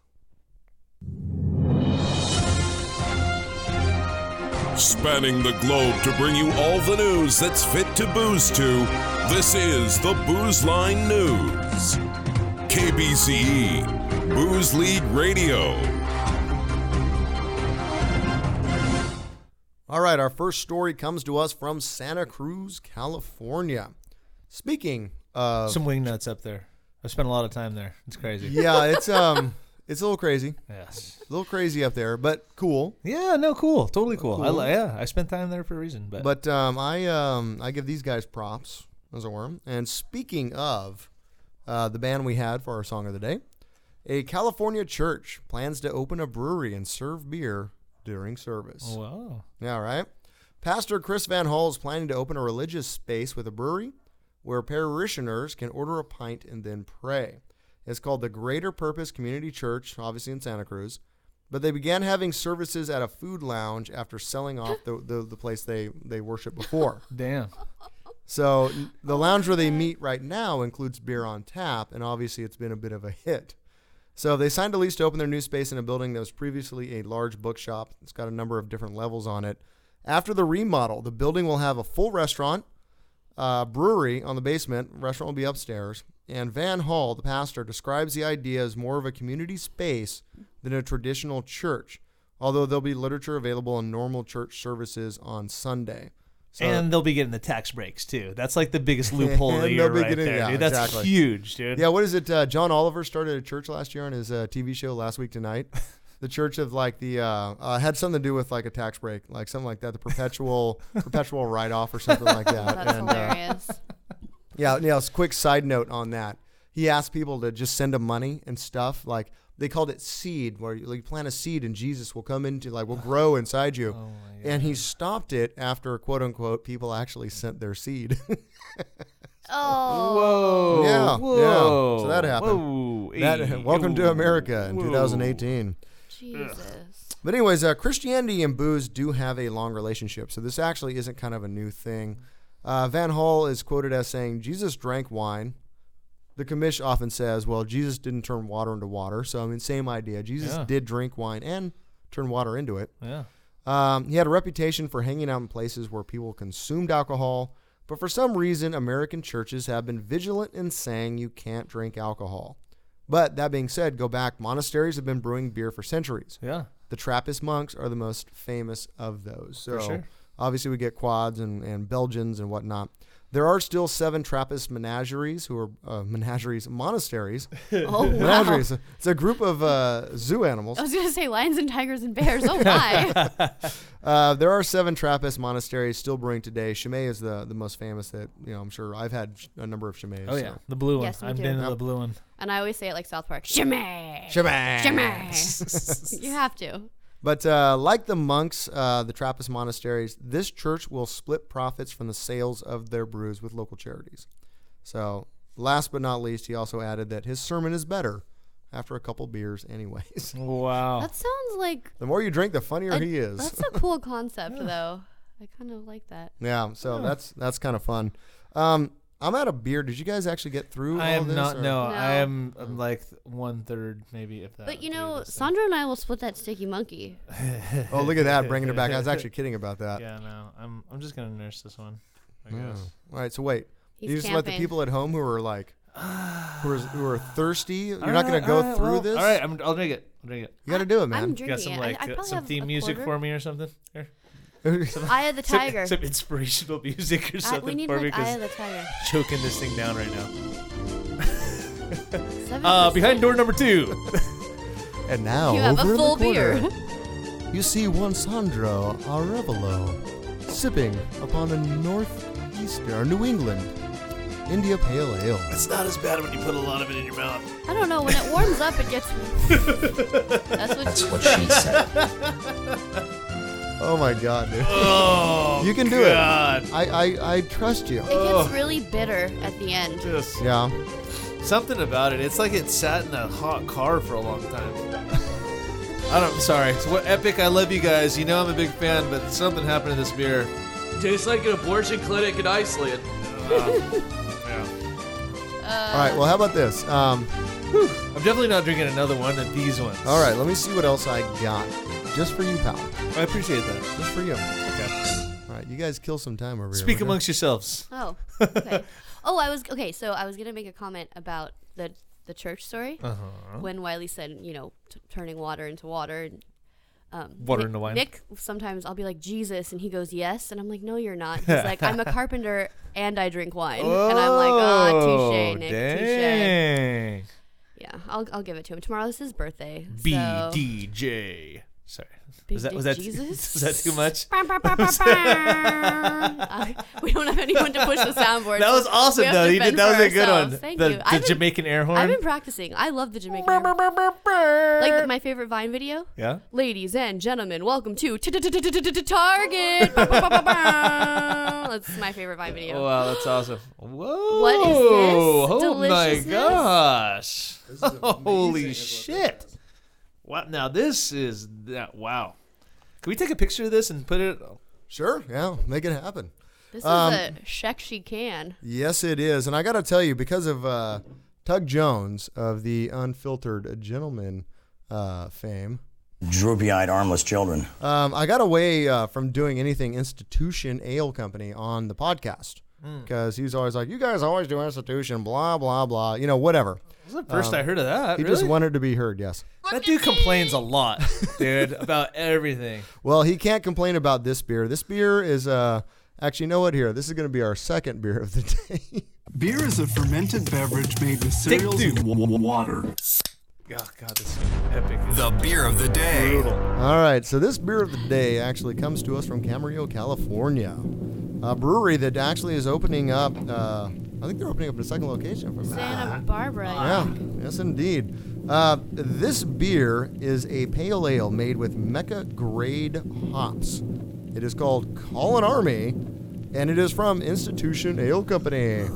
M: Spanning the globe to bring you all the news that's fit to booze to, this is the Booze Line News. KBCE, E, Booze League Radio.
E: All right, our first story comes to us from Santa Cruz, California. Speaking of
F: Some wing nuts up there. I've spent a lot of time there. It's crazy.
E: Oh. yeah, it's um, it's a little crazy,
F: Yes.
E: a little crazy up there, but cool.
F: Yeah, no, cool. Totally cool. I
E: Cool.
F: li- yeah, I spent time there for a reason. But,
E: But um, I um, I give these guys props as a worm. And speaking of uh, the band we had for our song of the day, a California church plans to open a brewery and serve beer during service.
F: Oh, wow.
E: Yeah, right. Pastor Chris Van Hall is planning to open a religious space with a brewery where parishioners can order a pint and then pray. It's called the Greater Purpose Community Church, obviously in Santa Cruz. But they began having services at a food lounge after selling off the, the, the place they, they worship before.
F: Damn.
E: So n- the lounge where they meet right now includes beer on tap, and obviously it's been a bit of a hit. So they signed a lease to open their new space in a building that was previously a large bookshop. It's got a number of different levels on it. After the remodel, the building will have a full restaurant, uh, brewery on the basement. Restaurant will be upstairs. And Van Hall, the pastor, describes the idea as more of a community space than a traditional church. Although there'll be literature available in normal church services on Sunday. So
F: and they'll be getting the tax breaks too. That's like the biggest loophole of the
E: And
F: year
E: Uh, they'll be
F: right
E: getting-
F: there,
E: yeah,
F: dude. That's
E: exactly.
F: huge, dude.
E: Yeah, what is it? Uh, John Oliver started a church last year on his uh, TV show Last Week Tonight. The church of like the uh, uh, had something to do with like a tax break, like something like that, the perpetual perpetual write off or something like that.
G: That's
E: and uh,
G: hilarious.
E: Yeah, yeah. it's a quick side note on that. He asked people to just send him money and stuff. Like they called it seed, where you, like, you plant a seed and Jesus will come into, like, will grow inside you. and he stopped it after quote unquote people actually sent their seed.
G: Oh.
F: Whoa.
E: yeah,
F: Whoa.
E: yeah. So that happened.
F: Whoa.
E: That-
F: Hey.
E: welcome to
F: Whoa.
E: America in
F: Whoa.
E: 2018.
G: Jesus.
E: But anyways, uh, Christianity and booze do have a long relationship, so this actually isn't kind of a new thing. Uh, Van Hall is quoted as saying, "Jesus drank wine." The commish often says, "Well, Jesus didn't turn water into water," so I mean, same idea. Jesus
F: Yeah.
E: did drink wine and turn water into it.
F: Yeah.
E: Um, he had a reputation for hanging out in places where people consumed alcohol, but for some reason, American churches have been vigilant in saying you can't drink alcohol. But that being said, go back. Monasteries have been brewing beer for centuries.
F: Yeah.
E: The Trappist monks are the most famous of those. So
F: For sure.
E: obviously, we get quads and, and Belgians and whatnot. There are still seven Trappist menageries, who are uh, menageries, monasteries.
G: Oh, wow.
E: menageries. It's a group of uh, zoo animals.
G: I was gonna say lions and tigers and bears. Oh my!
E: Uh, there are seven Trappist monasteries still brewing today. Chimay is the, the most famous that you know. I'm sure I've had sh- a number of Chimays.
F: Oh
E: so.
F: yeah, the blue one.
G: Yes, me
F: I'm
G: too.
F: down to
E: Yep.
F: the blue one.
G: and I always say it like South Park. Shimmy.
E: Chimay.
G: Shimmy. you have to.
E: But uh, like the monks, uh, the Trappist monasteries, this church will split profits from the sales of their brews with local charities. So, last but not least, he also added that his sermon is better after a couple beers, anyways.
F: Wow.
G: That sounds like
E: the more you drink, the funnier
G: a-
E: he is.
G: That's a cool concept, though. I kind of like that.
E: yeah, so that's that's kind of fun. Um, I'm out of beer. Did you guys actually get through?
F: I
E: all
F: am
E: this,
F: not.
E: or-
F: No,
G: No.
F: I am. I'm like one third, maybe if that.
G: But you
F: would be
G: know,
F: this thing.
G: Sandra and I will split that sticky monkey.
E: Oh, look at that, bringing it back. I was actually kidding about that.
F: Yeah, no. I'm. I'm just gonna nurse this one. I
E: Hmm.
F: guess.
E: All right, so wait.
G: He's
E: you just let the
G: camping.
E: people at home who are like, who are, who are thirsty. You're
F: All
E: not going
F: right,
E: to go
F: all right,
E: through
F: well,
E: this.
F: All right, I'm, I'll drink it. I'll drink it.
E: You got to do it, man.
G: I'm
F: You got
G: drinking
F: some
G: it.
F: like
G: I, I
F: uh,
G: probably
F: some
G: have
F: theme
G: a
F: music
G: quarter.
F: for me or something. Here.
G: Eye of the
F: Some-
G: tiger.
F: Some, inspirational music or
G: I,
F: something
G: we need
F: for me
G: like Eye of
F: 'cause
G: the tiger.
F: choking this thing down right now.
G: Seven
F: Uh,
G: percent.
F: behind door number two.
E: and now
G: You have a
E: over in the
G: full
E: corner,
G: beer.
E: you see one Sandro Arevalo sipping upon a northeastern or New England India Pale Ale.
F: It's not as bad when you put a lot of it in your mouth.
G: I don't know. When it warms up, it gets. That's what.
L: That's
G: you-
L: what she said.
E: Oh my God, dude!
F: Oh,
E: you can do
F: God.
E: it. I, I I trust you.
G: it
F: Oh.
G: gets really bitter at the end.
F: Just
E: Yeah.
F: something about it. It's like it sat in a hot car for a long time. I don't. Sorry. So what epic? I love you guys. You know I'm a big fan, but something happened to this beer.
N: Tastes like an abortion clinic in Iceland.
F: Uh,
E: All right. Well, how about this? Um,
F: I'm definitely not drinking another one than these ones.
E: all right. Let me see what else I got, just for you, pal.
F: I appreciate that.
E: Just for you. All right, you guys kill some time over here.
F: Speak
E: okay?
F: amongst yourselves.
G: Oh, okay. oh, I was okay. So I was gonna make a comment about the the church story
F: Uh-huh.
G: when Wiley said, you know, t- turning water into water. And, um,
F: Water
G: Nick,
F: into wine.
G: Nick sometimes I'll be like Jesus, and he goes yes, and I'm like, no, you're not. He's like, I'm a carpenter and I drink wine, and I'm like, oh, touche, Nick, touche.
F: dang.
G: Yeah, I'll, I'll give it to him. Tomorrow's his birthday. so-
F: BDJ. Sorry.
G: Big
F: Was that was
G: Dick
F: that
G: Jesus?
F: was that too much?
G: Bah, bah, bah, bah, bah. Uh, we don't have anyone to push the soundboard.
F: That was
G: We
F: awesome
G: have
F: though.
G: to
F: You did,
G: fend
F: that
G: for
F: was a good
G: ourselves.
F: one.
G: Thank
F: the
G: you.
F: the
G: I've been-
F: Jamaican air horn.
G: I've been practicing. I love the Jamaican. air horn. like my favorite Vine video.
F: yeah.
G: Ladies and gentlemen, welcome to Target. Ba, ba, ba, ba, ba. That's my favorite Vine
F: Oh,
G: video.
F: wow, that's awesome. Whoa.
G: What is this?
F: Oh my
G: Deliciousness?
F: gosh. Holy shit. Wow. Now this is that wow. Can we take a picture of this and put it
E: Sure. Yeah. Make it happen.
G: This is
E: Um,
G: a Shek She Can.
E: Yes, it is. And I got to tell you, because of uh, Tug Jones of the Unfiltered Gentleman uh, fame,
O: Droopy eyed, armless children.
E: um, I got away uh, from doing anything Institution Ale Company on the podcast
F: Hmm.
E: because he was always like, you guys always do Institution, blah, blah, blah, you know, whatever.
F: This is the first I heard of that.
E: He
F: really?
E: just wanted to be heard, yes.
F: that dude complains a lot, dude, about everything.
E: Well, he can't complain about this beer. This beer is, uh, actually, you know what? Here, this is going to be our second beer of the day.
H: Beer is a fermented beverage made with cereals and w- w- water.
F: Oh god, this is epic.
C: The beer of the day.
E: All right, so this beer of the day actually comes to us from Camarillo, California, a brewery that actually is opening up uh, I think they're opening up a second location from that.
G: Santa Barbara.
E: Yeah, yes, indeed. Uh, this beer is a pale ale made with Mecca grade hops. It is called Call an Army, and it is from Institution Ale Company.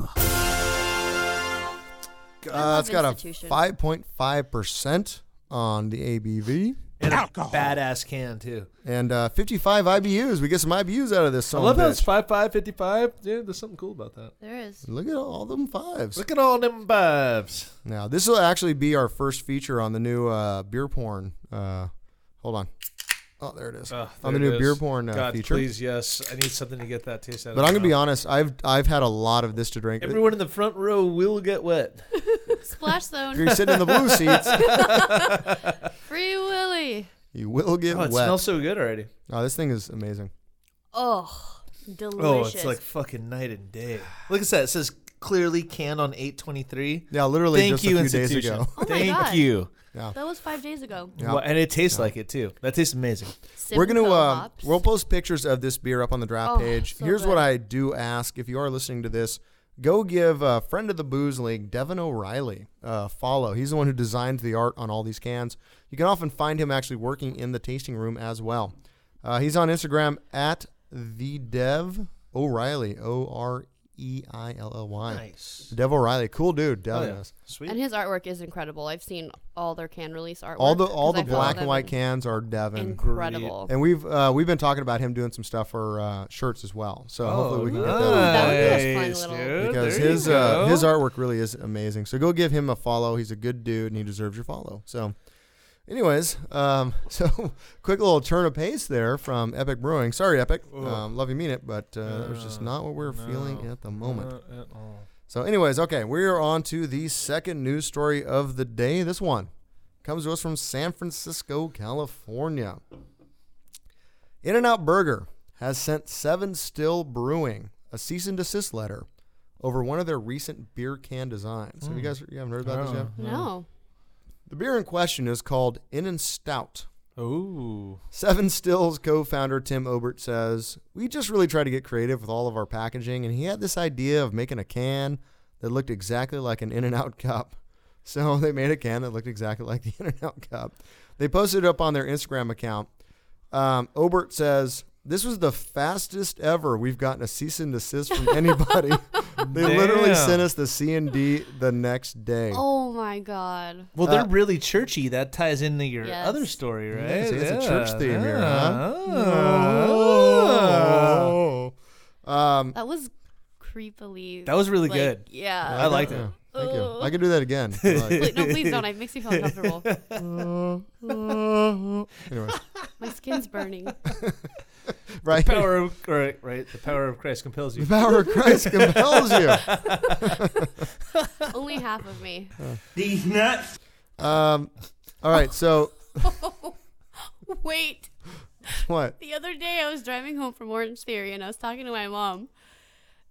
E: Uh, it's got a 5.5% on the ABV.
F: And a badass can too.
E: And uh, 55 IBUs. We get some IBUs out of this
F: I
E: song.
F: love how it's 5 5 55. Yeah, there's something cool about that.
G: There is.
E: Look at all them fives.
F: Look at all them fives.
E: Now, this will actually be our first feature on the new uh, beer porn. Uh, hold on. Oh, there it is.
F: Ah,
E: on the
F: there
E: new
F: it
E: beer
F: is.
E: porn uh,
F: God,
E: feature.
F: please, yes. I need something to get that taste out
E: But
F: of
E: I'm gonna
F: my
E: be
F: mouth.
E: honest. I've I've had a lot of this to drink.
F: Everyone in the front row will get wet.
G: Splash zone.
E: If you're sitting in the blue
F: seats.
G: Free Willy.
E: you will get
F: Oh, it
E: wet.
F: smells so good already.
E: Oh, this thing is amazing.
G: Oh, delicious.
F: Oh, it's like fucking night and day. Look at that. It says clearly canned on 823.
E: Yeah, literally
F: Thank
E: just a
F: you,
E: few days
F: institution.
E: ago. Oh
G: my
F: Thank
G: God.
F: you.
G: That was five days ago.
F: Well, and it tastes like it too. That tastes amazing.
E: We're gonna
G: Simcoe
E: uh,
G: hops.
E: we'll post pictures of this beer up on the draft
G: Oh,
E: page.
G: so
E: Here's
G: good.
E: what I do ask: if you are listening to this, go give a friend of the booze league, Devin O'Reilly, a follow. He's the one who designed the art on all these cans. You can often find him actually working in the tasting room as well. Uh, he's on Instagram at the Dev O'Reilly O R E I L L Y.
F: Nice. Oh,
E: Dev O'Reilly, cool dude. Devin
F: yeah.
E: is.
F: Sweet.
G: And his artwork is incredible. I've seen all their can release artwork.
E: All the all the
G: 'cause I follow
E: black
G: them.
E: and white cans are Devin.
G: Incredible.
E: And we've uh, we've been talking about him doing some stuff for uh, shirts as well. So hopefully we can get that. on
F: nice,
E: the
G: be a fun
F: nice,
G: little-
F: dude.
E: because
F: There you
E: his uh,
F: go.
E: his artwork really is amazing. So go give him a follow. He's a good dude and he deserves your follow. So, anyways, um, so quick little turn of pace there from Epic Brewing. Sorry, Epic. Um, love you mean it, but uh, that was just not what we were feeling at the moment.
F: Not at all.
E: So, anyways, okay, we are on to the second news story of the day. This one comes to us from San Francisco, California. In and Out Burger has sent Seven Still Brewing a cease and desist letter over one of their recent beer can designs. Have you guys you haven't heard about this yet?
G: No.
E: The beer in question is called In and Stout.
F: Ooh.
E: Seven Stills co founder Tim Obert says, We just really tried to get creative with all of our packaging, and he had this idea of making a can that looked exactly like an In N Out cup. So they made a can that looked exactly like the In N Out cup. They posted it up on their Instagram account. Um, Obert says, This was the fastest ever we've gotten a cease and desist from anybody. they literally
F: Damn.
E: sent us the C and D the next day.
G: Oh my god.
F: Well, they're
E: Uh,
F: really churchy. That ties into your
G: Yes.
F: other story, right?
E: Yes, it's a church
F: Yeah.
E: theme here, huh? Oh.
F: Ah.
E: Um,
G: That was creepily.
F: That was really
G: like,
F: good.
G: Yeah.
F: I liked it.
E: Thank you.
G: Ugh.
E: I could do that again. if you like.
G: Please- no, please don't. It makes me feel uncomfortable.
E: Anyway,
G: my skin's burning.
E: right?
F: Power of right, right. The power of Christ compels you.
E: The power of Christ compels you.
G: Only half of me.
H: These nuts.
E: Um, all right, so
G: Wait.
E: what?
G: The other day I was driving home from Orange Theory and I was talking to my mom.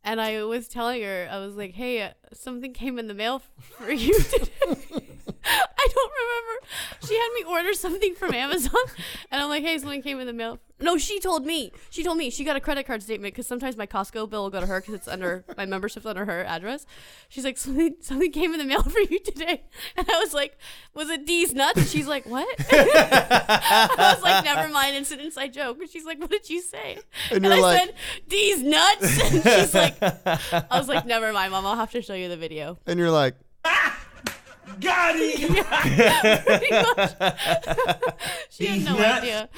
G: And I was telling her, I was like, hey, uh, something came in the mail for you today. I don't remember. She had me order something from Amazon. And I'm like, hey, something came in the mail. No, she told me. She told me she got a credit card statement because sometimes my Costco bill will go to her because it's under my membership's under her address. She's like, something, something came in the mail for you today. And I was like, was it D's nuts? And she's like, what? I was like, never mind. It's an inside joke. And she's like, what did you say?
E: And
G: And,
E: you're
G: I
E: like-
G: said, D's nuts. And she's like, I was like, never mind, mom. I'll have to show you the video.
E: And you're like,
H: Got it.
G: She had no
H: nuts.
G: idea.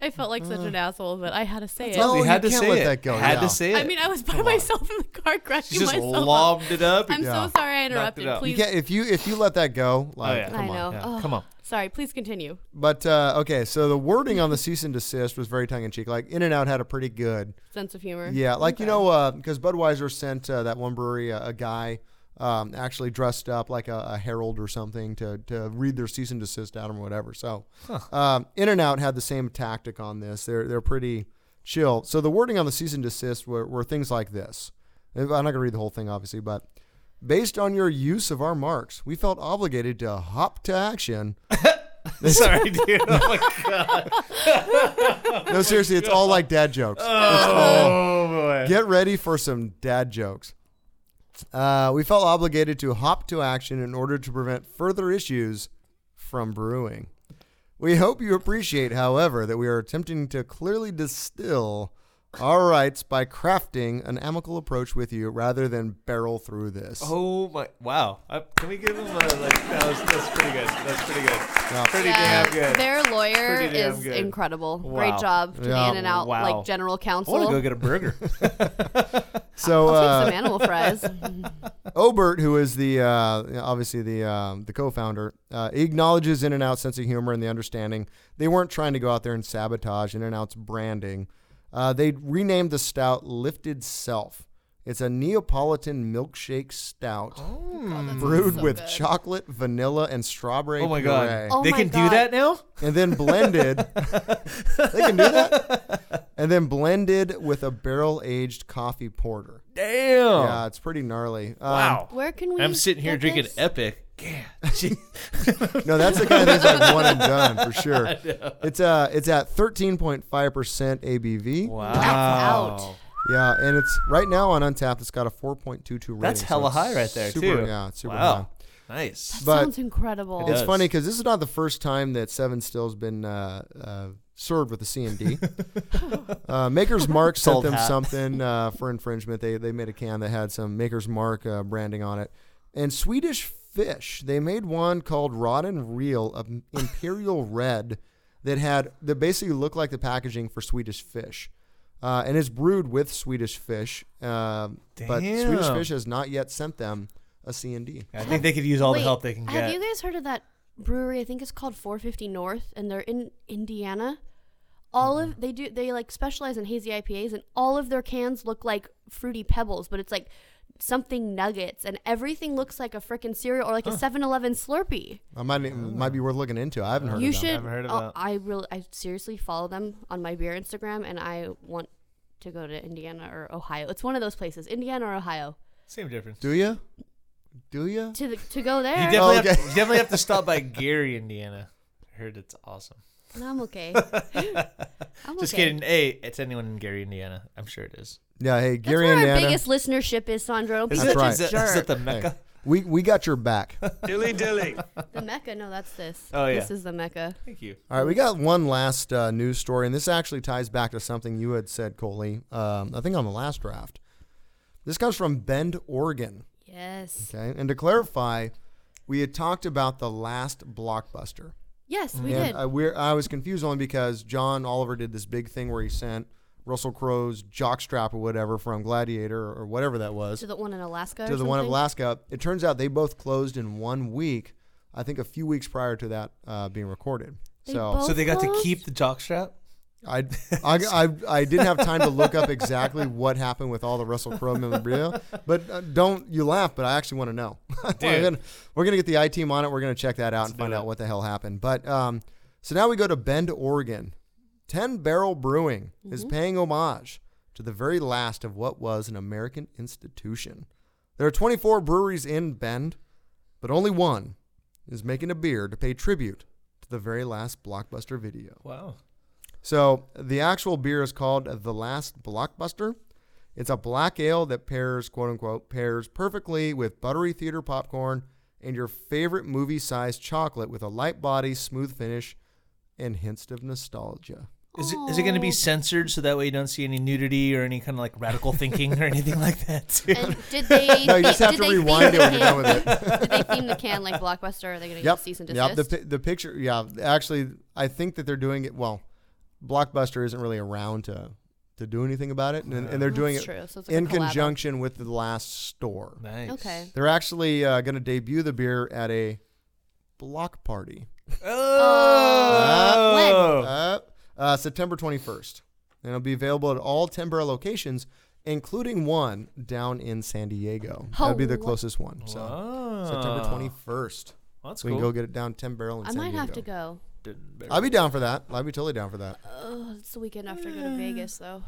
G: I felt like such an asshole, but I had to say it.
E: oh,
F: Uh. We
E: you
F: had to
E: can't
F: say
E: let
F: it.
E: that go.
F: Had
E: yeah.
F: to say it.
G: I mean, I was by myself in the car crashing
F: she just
G: myself. up.
F: lobbed it up.
G: I'm
E: Yeah.
G: so sorry I
F: Knocked it
G: interrupted.
F: out.
E: You
G: Please,
E: can't, if you if you let that go, like,
F: yeah.
G: I
E: come on.
G: know.
F: Yeah,
G: Oh,
F: come on.
G: Sorry, please continue.
E: But uh, okay, so the wording on the cease and desist was very tongue in cheek. Like In and Out had a pretty good,
G: Sense of humor.
E: yeah, like you know, because Budweiser sent uh, that one brewery a, a guy um, actually dressed up like a, a herald or something to to read their cease and desist at 'em or whatever. So um, In and Out had the same tactic on this. They're they're pretty chill. So the wording on the cease and desist were, were things like this. I'm not gonna read the whole thing, obviously, but. Based on your use of our marks, we felt obligated to hop to action
F: Sorry, dude. Oh my god.
E: No, seriously, it's all like dad jokes. It's all-
F: Oh boy.
E: get ready for some dad jokes. Uh, we felt obligated to hop to action in order to prevent further issues from brewing. We hope you appreciate, however, that we are attempting to clearly distill our rights by crafting an amicable approach with you rather than barrel through this.
F: Oh my! Wow. I, can we give him a like? That was, that's pretty good. That's pretty good. Pretty
G: Yeah,
F: damn good.
G: Their lawyer
F: Pretty damn
G: is
F: good.
G: incredible.
F: Wow.
G: Great job to
E: Yeah.
G: in and out
F: Wow.
G: like general counsel.
F: I want to go get a burger.
E: So
G: I'll
E: uh,
G: take some animal fries.
E: Obert, who is the uh, obviously the um, the co-founder, uh, acknowledges In and Out's sense of humor and the understanding they weren't trying to go out there and sabotage In and Out's branding. Uh, they renamed the stout "Lifted Self." It's a Neapolitan milkshake stout
F: Oh.
E: brewed with chocolate, vanilla, and strawberry.
F: Oh my
E: puree
F: god. they can do that now?
E: and then blended. they can do that. And then blended with a barrel aged coffee porter.
F: Damn.
E: Yeah, it's pretty gnarly. Um,
F: Wow.
G: Where can we
F: I'm sitting here
G: get
F: drinking
G: this?
F: Epic. Yeah. Gee.
E: No, that's the kind of thing like one and done for sure.
F: I know.
E: It's uh, it's at thirteen point five percent ABV.
F: Wow.
G: out.
E: Yeah, and it's right now on Untapped. It's got a four point two two rating.
F: That's
E: so
F: hella
E: it's
F: high right there
E: super,
F: too.
E: Yeah, it's super
F: wow.
E: high.
F: Nice.
E: But
G: Sounds incredible.
E: It's
F: does.
E: funny because this is not the first time that Seven Still's been uh, uh, served with a CMD. uh, Maker's Mark sent
F: Sold
E: them
F: hat.
E: something uh, for infringement. They they made a can that had some Maker's Mark uh, branding on it, and Swedish Fish they made one called Rod and Reel of Imperial Red that had that basically looked like the packaging for Swedish Fish. Uh, and it's brewed with Swedish fish, uh, but Swedish
F: Damn.
E: fish has not yet sent them a CND.
F: I think they could use all
G: Wait,
F: the help they can get.
G: Have you guys heard of that brewery? I think it's called 450 North, and they're in Indiana. All of they do they like specialize in hazy IPAs, and all of their cans look like fruity pebbles, but it's like something nuggets, and everything looks like a frickin' cereal or like a 7-Eleven Slurpee.
E: I might might be worth looking into. I haven't heard.
G: you
E: of them.
G: should.
F: Haven't heard of
G: oh,
F: that.
G: I really, I seriously follow them on my beer Instagram, and I want to go to Indiana or Ohio. It's one of those places, Indiana or Ohio,
F: Same difference.
E: Do you? Do you?
G: to the, to go there.
F: You definitely, have,
E: Okay.
F: you definitely have to stop by Gary, Indiana. I heard it's awesome.
G: No, I'm okay. I'm
F: Just
G: okay.
F: kidding. Hey, it's anyone in Gary, Indiana. I'm sure it is.
E: Yeah. Hey,
G: That's
E: Gary
G: where
E: and
G: our
E: Anna,
G: biggest listenership is, Sandra. Don't be
F: Is
G: such
F: it-
E: right.
F: is
G: a
F: it-
G: jerk.
F: is it the Mecca?
E: we we got your back. All
J: Dilly dilly.
G: The Mecca? No, that's this.
F: Oh, yeah.
G: This is the Mecca.
F: Thank you.
E: right, we got one last uh, news story, and this actually ties back to something you had said, Coley. Um, I think on the last draft. This comes from Bend, Oregon.
G: Yes.
E: Okay, and to clarify, we had talked about the last blockbuster.
G: Yes, we
E: and
G: did.
E: I, we're, I was confused only because John Oliver did this big thing where he sent Russell Crowe's jockstrap or whatever from Gladiator or whatever that was
G: to the one in Alaska.
E: to
G: or
E: the one in
G: something?
E: Alaska. It turns out they both closed in one week. I think a few weeks prior to that uh, being recorded.
G: They
E: so
G: both-
F: So they got to
G: Close?
F: keep the jockstrap?
E: I, I, I, I didn't have time to look up exactly what happened with all the Russell Crowe memorabilia, but uh, don't you laugh, but I actually want to know. we're
F: Dude.
E: gonna, we're gonna get the I team on it. We're gonna check that out and find
F: do
E: out
F: it.
E: what the hell happened. But um, so now we go to Bend, Oregon. Ten Barrel Brewing is paying homage to the very last of what was an American institution. There are 24 breweries in Bend, but only one is making a beer to pay tribute to the very last blockbuster video.
F: Wow.
E: So the actual beer is called The Last Blockbuster. It's a black ale that pairs, quote unquote, pairs perfectly with buttery theater popcorn and your favorite movie sized chocolate with a light body, smooth finish, and hints of nostalgia.
F: Is it, is it going to be censored so that way you don't see any nudity or any kind of like radical thinking or anything like that? Too?
G: And did they?
E: No, you just have
G: did
E: to
G: they theme
E: rewind
G: the
E: it when you're
G: can-
E: done with it.
G: Did they theme the can like Blockbuster? Or are they going to
E: Yep.
G: get cease and
E: Yep.
G: desist?
E: The, pi- the picture, yeah. Actually, I think that they're doing it. Well, Blockbuster isn't really around to, to do anything about it. And, and they're doing
G: Oh, That's
E: it
G: true. So it's like a
E: in
G: collab.
E: conjunction with The Last Store.
F: nice.
G: okay.
E: They're actually uh, going to debut the beer at a block party.
F: Oh.
E: Uh, uh, September 21st. And it'll be available at all 10 barrel locations, including one down in San Diego. That'd be the
G: Oh.
E: closest one. So
F: Wow.
E: September 21st.
F: Ah. Well, that's
E: we can
F: cool.
E: go get it down 10 barrel in
G: I
E: San
G: might
E: Diego.
G: have to go.
E: I'd be down for that. I'd be totally down for that.
G: Oh, it's the weekend after I go to Vegas, though.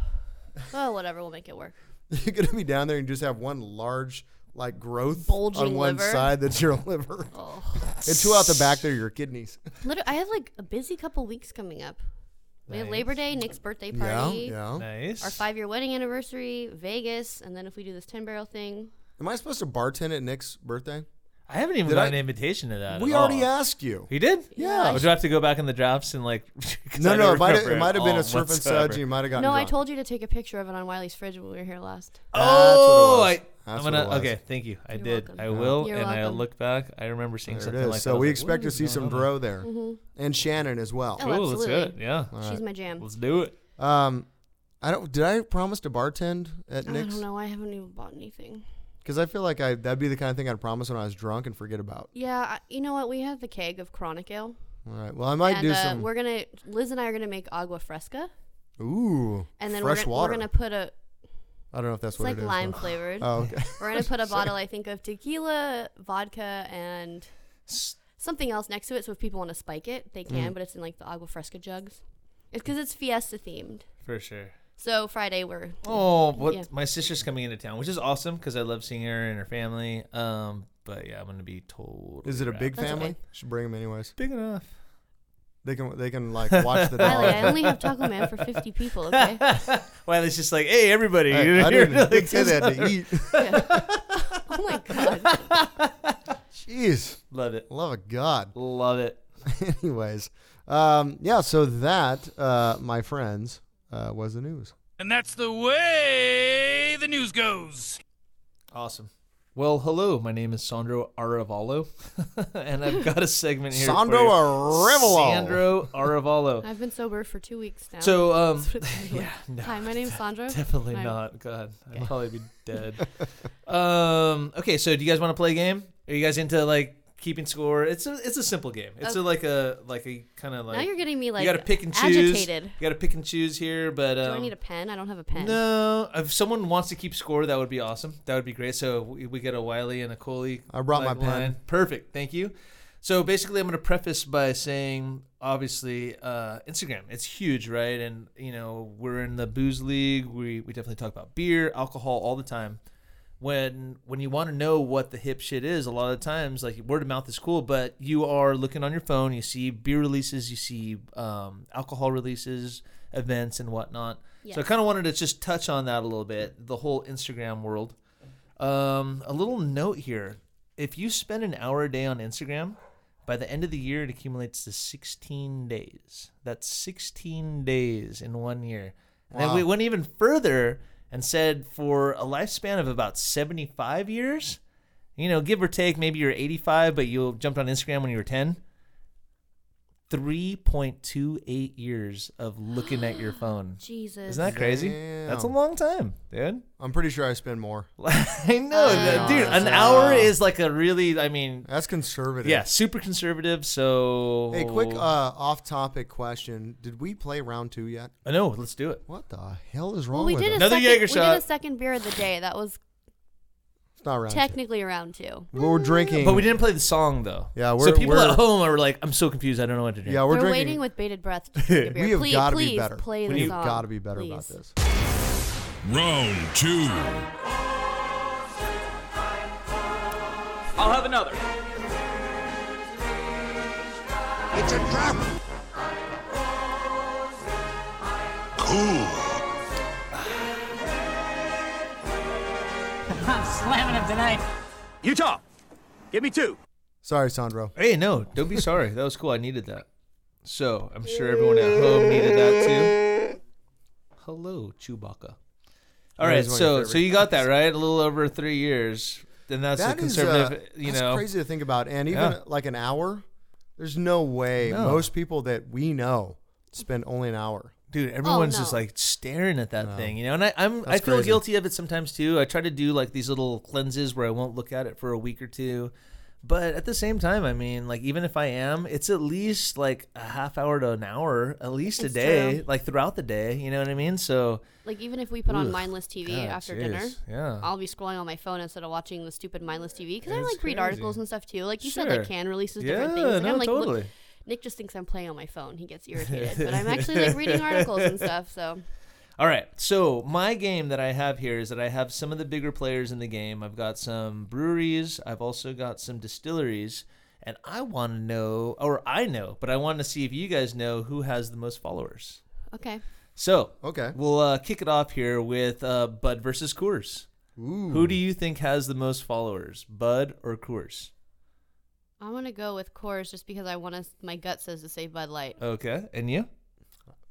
G: Oh, whatever. We'll make it work.
E: You're going to be down there and just have one large like growth on
G: Bulging
E: one
G: liver.
E: side that's your liver.
G: Oh.
E: and two out the back there are your kidneys.
G: Literally, I have like a busy couple weeks coming up. We have
F: Nice.
G: Labor Day, Nick's birthday party,
E: Yeah, yeah.
F: Nice.
G: our five year wedding anniversary, Vegas, and then if we do this 10 barrel thing,
E: I Am I supposed to bartend at Nick's birthday?
F: I haven't even
E: Did
F: got
E: I-
F: an invitation to that. at
E: We
F: all.
E: already asked you.
F: He did?
E: Yeah.
F: Would you have to go back in the drafts and like? 'cause
E: No,
F: I
E: no,
F: don't
E: it might have,
F: remember
E: it
F: at
E: might have been
F: all
E: a surf and
F: whatsoever.
E: suds. You might have gotten
G: No, I
E: drunk.
G: told you to take a picture of it on Wiley's fridge when we were here last.
F: Oh,
E: That's what it was.
F: I.
E: That's
F: I'm
E: what it
F: gonna.
E: was.
F: Okay, thank you. I
G: You're
F: did.
G: welcome.
F: I will,
G: You're
F: and I
G: welcome.
F: look back. I remember seeing
E: There it
F: something
E: is.
F: like that.
E: so
F: I was
E: we
F: like,
E: expect
F: "What
E: to
F: is
E: see
F: going
E: some
F: on?"
E: bro there,
G: Mhm.
E: and Shannon as well.
G: Oh,
F: Cool. Let's do it.
G: absolutely.
F: Yeah.
E: All
G: She's
E: right.
G: my jam.
F: Let's do it.
E: Um, I don't. Did I promise to bartend at
G: I
E: Nick's?
G: don't know. I haven't even bought anything.
E: Because I feel like I that'd be the kind of thing I'd promise when I was drunk and forget about.
G: Yeah, I, you know what? We have the keg of chronic ale.
E: All right. Well, I might
G: and
E: do
G: uh,
E: some.
G: We're gonna Liz and I are gonna make agua fresca,
E: ooh.
G: and then
E: fresh
G: we're, gonna,
E: water.
G: we're gonna put a
E: I don't know if that's
G: it's
E: what
G: like
E: it is.
G: lime
E: but-
G: flavored.
E: Oh, okay.
G: We're gonna put a bottle, I think, of tequila, vodka, and something else next to it. So if people want to spike it, they
E: Mm.
G: can. But it's in like the agua fresca jugs. It's because it's fiesta themed.
F: For sure.
G: So Friday we're
F: Oh, what?
G: Yeah.
F: My sister's coming into town, which is awesome because I love seeing her and her family. Um, but yeah, I'm gonna be told.
E: Is it a big
G: That's
E: family?
G: okay.
E: Should bring them anyways.
F: Big enough.
E: They can they can like watch the dog.
G: Riley, I only have Taco Man for fifty people. Okay.
F: Why it's just like, hey, everybody.
E: Hey, I didn't, didn't say they had to eat.
G: oh my god.
E: Jeez,
F: Love it.
E: love of God.
F: Love it.
E: Anyways, um, yeah. So that, uh, my friends, uh, was the news.
P: And that's the way the news goes.
F: Awesome. Well, hello. My name is Sandro Aravalo, and I've got a segment here. for
E: Sandro
F: you.
E: Arevalo.
F: Sandro Aravalo.
G: I've been sober for two weeks now.
F: So, um,
G: That's what it
F: yeah,
G: was.
F: no,
G: Hi, my name's Sandra.
F: Definitely
G: I'm-
F: not. God, I'd probably be dead. um. Okay. So, do you guys want to play a game? Are you guys into like keeping score? It's a it's a simple game. It's a,
G: Okay.
F: like a like a kind of like.
G: you're getting me, like,
F: you gotta pick and choose.
G: agitated.
F: You gotta pick and choose here, but um,
G: Do I need a pen? I don't have a pen.
F: No, if someone wants to keep score, that would be awesome. That would be great. So we, we get a Wiley and a Coley.
E: I brought my
F: like,
E: pen.
F: Perfect. Thank you. So basically, I'm going to preface by saying, obviously, uh, Instagram. It's huge, right? And you know, we're in the booze league. We we definitely talk about beer, alcohol all the time. When when you want to know what the hip shit is, a lot of times, like word of mouth is cool, but you are looking on your phone. You see beer releases, you see um, alcohol releases, events, and whatnot. So I
G: Yes.
F: kind of wanted to just touch on that a little bit, the whole Instagram world. Um, a little note here: if you spend an hour a day on Instagram, by the end of the year, it accumulates to 16 days. That's 16 days in one year. And then
E: Wow.
F: we went even further and said for a lifespan of about 75 years, you know, give or take, maybe you're 85, but you jumped on Instagram when you were 10. 3.28 years of looking at your phone.
G: Jesus.
F: Isn't that crazy? That's a
E: Damn.
F: long time, dude.
E: I'm pretty sure I spend more.
F: I
E: Oh,
F: know, that- dude. An
E: Wow.
F: hour is like a really, I mean,
E: That's conservative.
F: yeah, super conservative. So,
E: Hey, quick uh, off-topic question: Did we play round two yet?
F: I know. Let's do it.
E: What the hell is wrong
G: Well, we
E: with
G: did a
E: it?
F: Another
G: second,
F: Jaeger
G: we
F: shot.
G: did a second beer of the day. That was
E: It's not round
G: technically round two.
E: two. We're drinking.
F: But we didn't play the song though.
E: Yeah,
F: so
E: we're-
F: people
E: we're-
F: at home are like, "I'm so confused. I don't know what to do."
E: Yeah, Oh, we're
G: We're
E: drinking.
G: waiting with bated breath to drink a beer.
E: we have got
G: please,
E: to
G: please
E: be better.
G: play the
E: we have
G: song.
E: got to be better about
G: please.
E: this.
M: Round two.
N: I'll have another.
I: It's a trap. Cool.
P: I'm slamming him tonight. Utah, give me two.
E: Sorry, Sandro.
F: Hey, no, don't be sorry. that was cool. I needed that. So I'm sure everyone at home needed that too. Hello, Chewbacca. All right,
E: Always one of your
F: so so
E: favorite
F: you got that right. A little over three years, and that's a
E: That is, uh,
F: conservative. you
E: that's
F: know,
E: crazy to think about. And even
F: Yeah.
E: like an hour, there's no way
F: No.
E: most people that we know spend only an hour.
F: dude everyone's
G: Oh, no.
F: just like staring at that thing you know and I, i'm i
E: That's
F: feel
E: crazy.
F: guilty of it sometimes too i try to do like these little cleanses where i won't look at it for a week or two but at the same time i mean like even if i am it's at least like a half hour to an hour at least a
G: It's
F: day
G: true.
F: like throughout the day you know what i mean so
G: Like even if we put on
F: Ugh,
G: mindless TV
F: God,
G: after
F: jeez,
G: dinner,
F: yeah.
G: I'll be scrolling on my phone instead of watching the stupid mindless TV because I
F: It's
G: like
F: crazy.
G: read articles and stuff too. Like you said,
F: Sure.
G: like can releases different
F: Yeah,
G: things. Like,
F: no,
G: I'm like, look,
F: totally.
G: Nick just thinks I'm playing on my phone. He gets irritated, but I'm actually like reading articles and stuff. So
F: All right. So my game that I have here is that I have some of the bigger players in the game. I've got some breweries. I've also got some distilleries, and I want to know, or I know, but I want to see if you guys know who has the most followers.
G: okay,
F: So
E: Okay.
F: we'll uh, kick it off here with uh, Bud versus Coors.
E: Ooh.
F: Who do you think has the most followers, Bud or Coors?
G: I want to go with Coors just because I want to. My gut says to say Bud Light.
F: Okay, and you?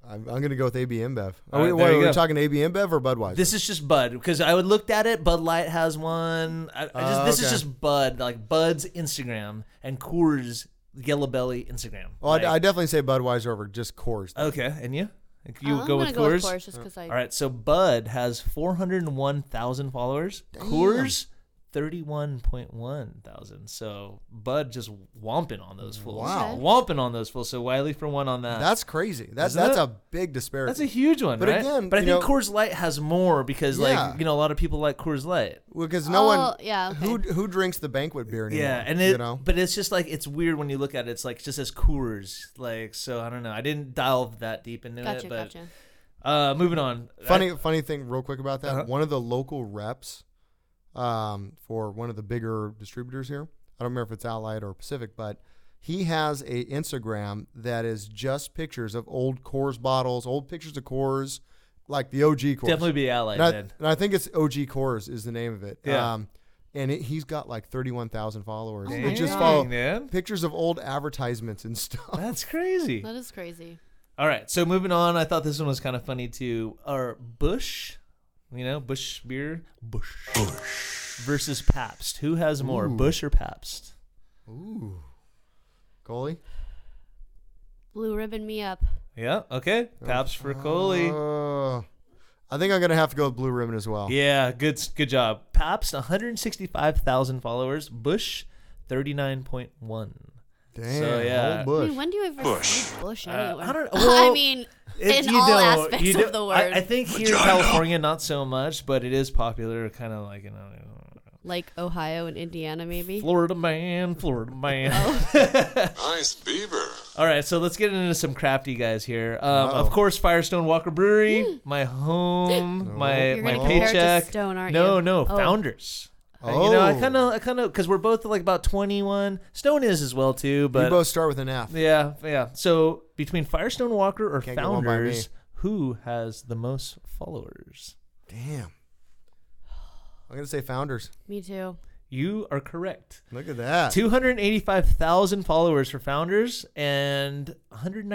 E: I'm, I'm going to go with AB InBev. Are
F: All right,
E: we,
F: there
E: wait,
F: you
E: are we
F: go.
E: talking AB InBev or Budweiser?
F: This is just Bud because I would looked at it. Bud Light has one. I, I just,
E: Oh,
F: this
E: okay.
F: is just Bud, like Bud's Instagram and Coors Yellow Belly Instagram.
E: well, I, I definitely say Budweiser over just Coors.
F: Okay, and you? Like, You
G: I'm
F: go with
G: gonna go
F: Coors.
G: with Coors just 'cause I-
F: All right, so Bud has four hundred and one thousand followers. Coors thirty-one point one thousand. So Bud just whomping on those fools.
E: Wow. Okay.
F: whomping on those fools. So Wiley for one on that.
E: That's crazy. That,
F: Isn't
E: that's
F: it?
E: a big disparity.
F: That's a huge one,
E: But
F: right?
E: again,
F: but I
E: you
F: think
E: know-
F: Coors Light has more because,
E: Yeah.
F: like, you know, a lot of people like Coors Light.
E: Because no
G: Oh,
E: one,
G: yeah, okay.
E: who who drinks the banquet beer anymore?
F: Yeah, and it,
E: you know,
F: but it's just like it's weird when you look at it. It's like just as Coors, like so. I don't know. I didn't delve that deep into
G: Gotcha,
F: it, but
G: gotcha.
F: uh, moving on.
E: funny
F: I-
E: funny thing, real quick about that.
F: Uh-huh.
E: One of the local reps, um, for one of the bigger distributors here. I don't remember if it's Allied or Pacific, but he has a Instagram that is just pictures of old Coors bottles, old pictures of Coors, like the OG Coors.
F: Definitely be Allied
E: And I,
F: then.
E: and I think it's OG Coors is the name of it.
F: Yeah.
E: Um, and it, he's got like thirty-one thousand followers.
F: Oh
E: They
F: my
E: just
F: God.
E: follow
F: man.
E: pictures of old advertisements and stuff.
F: that's crazy.
G: That is crazy.
F: All right, so moving on. I thought this one was kind of funny too. Our Bush, you know, Bush beer, Bush, Bush versus Pabst. Who has more,
E: Ooh.
F: Bush or Pabst?
E: Ooh, Coley.
G: Blue ribbon me up.
F: Yeah. Okay. Pabst for Coley.
E: Oh. I think I'm gonna have to go with Blue Ribbon as well.
F: Yeah, good good job. Pabst 165,000 followers, Bush 39.1.
E: Damn.
F: So yeah.
E: old
G: I
E: Bush.
G: mean, when do you ever
F: Bush.
G: see Bush
F: Uh,
G: anywhere?
F: I don't-
G: I
F: well,
G: mean,
F: It-
G: in
F: you
G: all
F: don't-
G: aspects
F: you
G: of
F: don't-
G: the word.
F: I, I think here in California not so much, but it is popular kind of like, you know,
G: like Ohio and Indiana, maybe.
F: Florida man, Florida man.
G: Oh.
M: Nice beaver.
F: All right, so let's get into some crafty guys here. Um,
E: Uh-oh.
F: of course, Firestone Walker Brewery, my home, my
G: You're
F: my
G: gonna compare it to
F: paycheck.
G: Stone, aren't
F: no,
G: you?
F: no,
G: Oh.
F: founders. I- Uh, You know, I
E: Oh.
F: kind of, I kind of, because we're both like about twenty-one. Stone is as well
E: We
F: too, but
E: both start with an F.
F: yeah, yeah. So between Firestone Walker or
E: Can't get one by me.
F: founders, who has the most followers?
E: Damn. I'm gonna say Founders.
G: Me too.
F: You are correct.
E: Look at that.
F: 285,000 followers for Founders and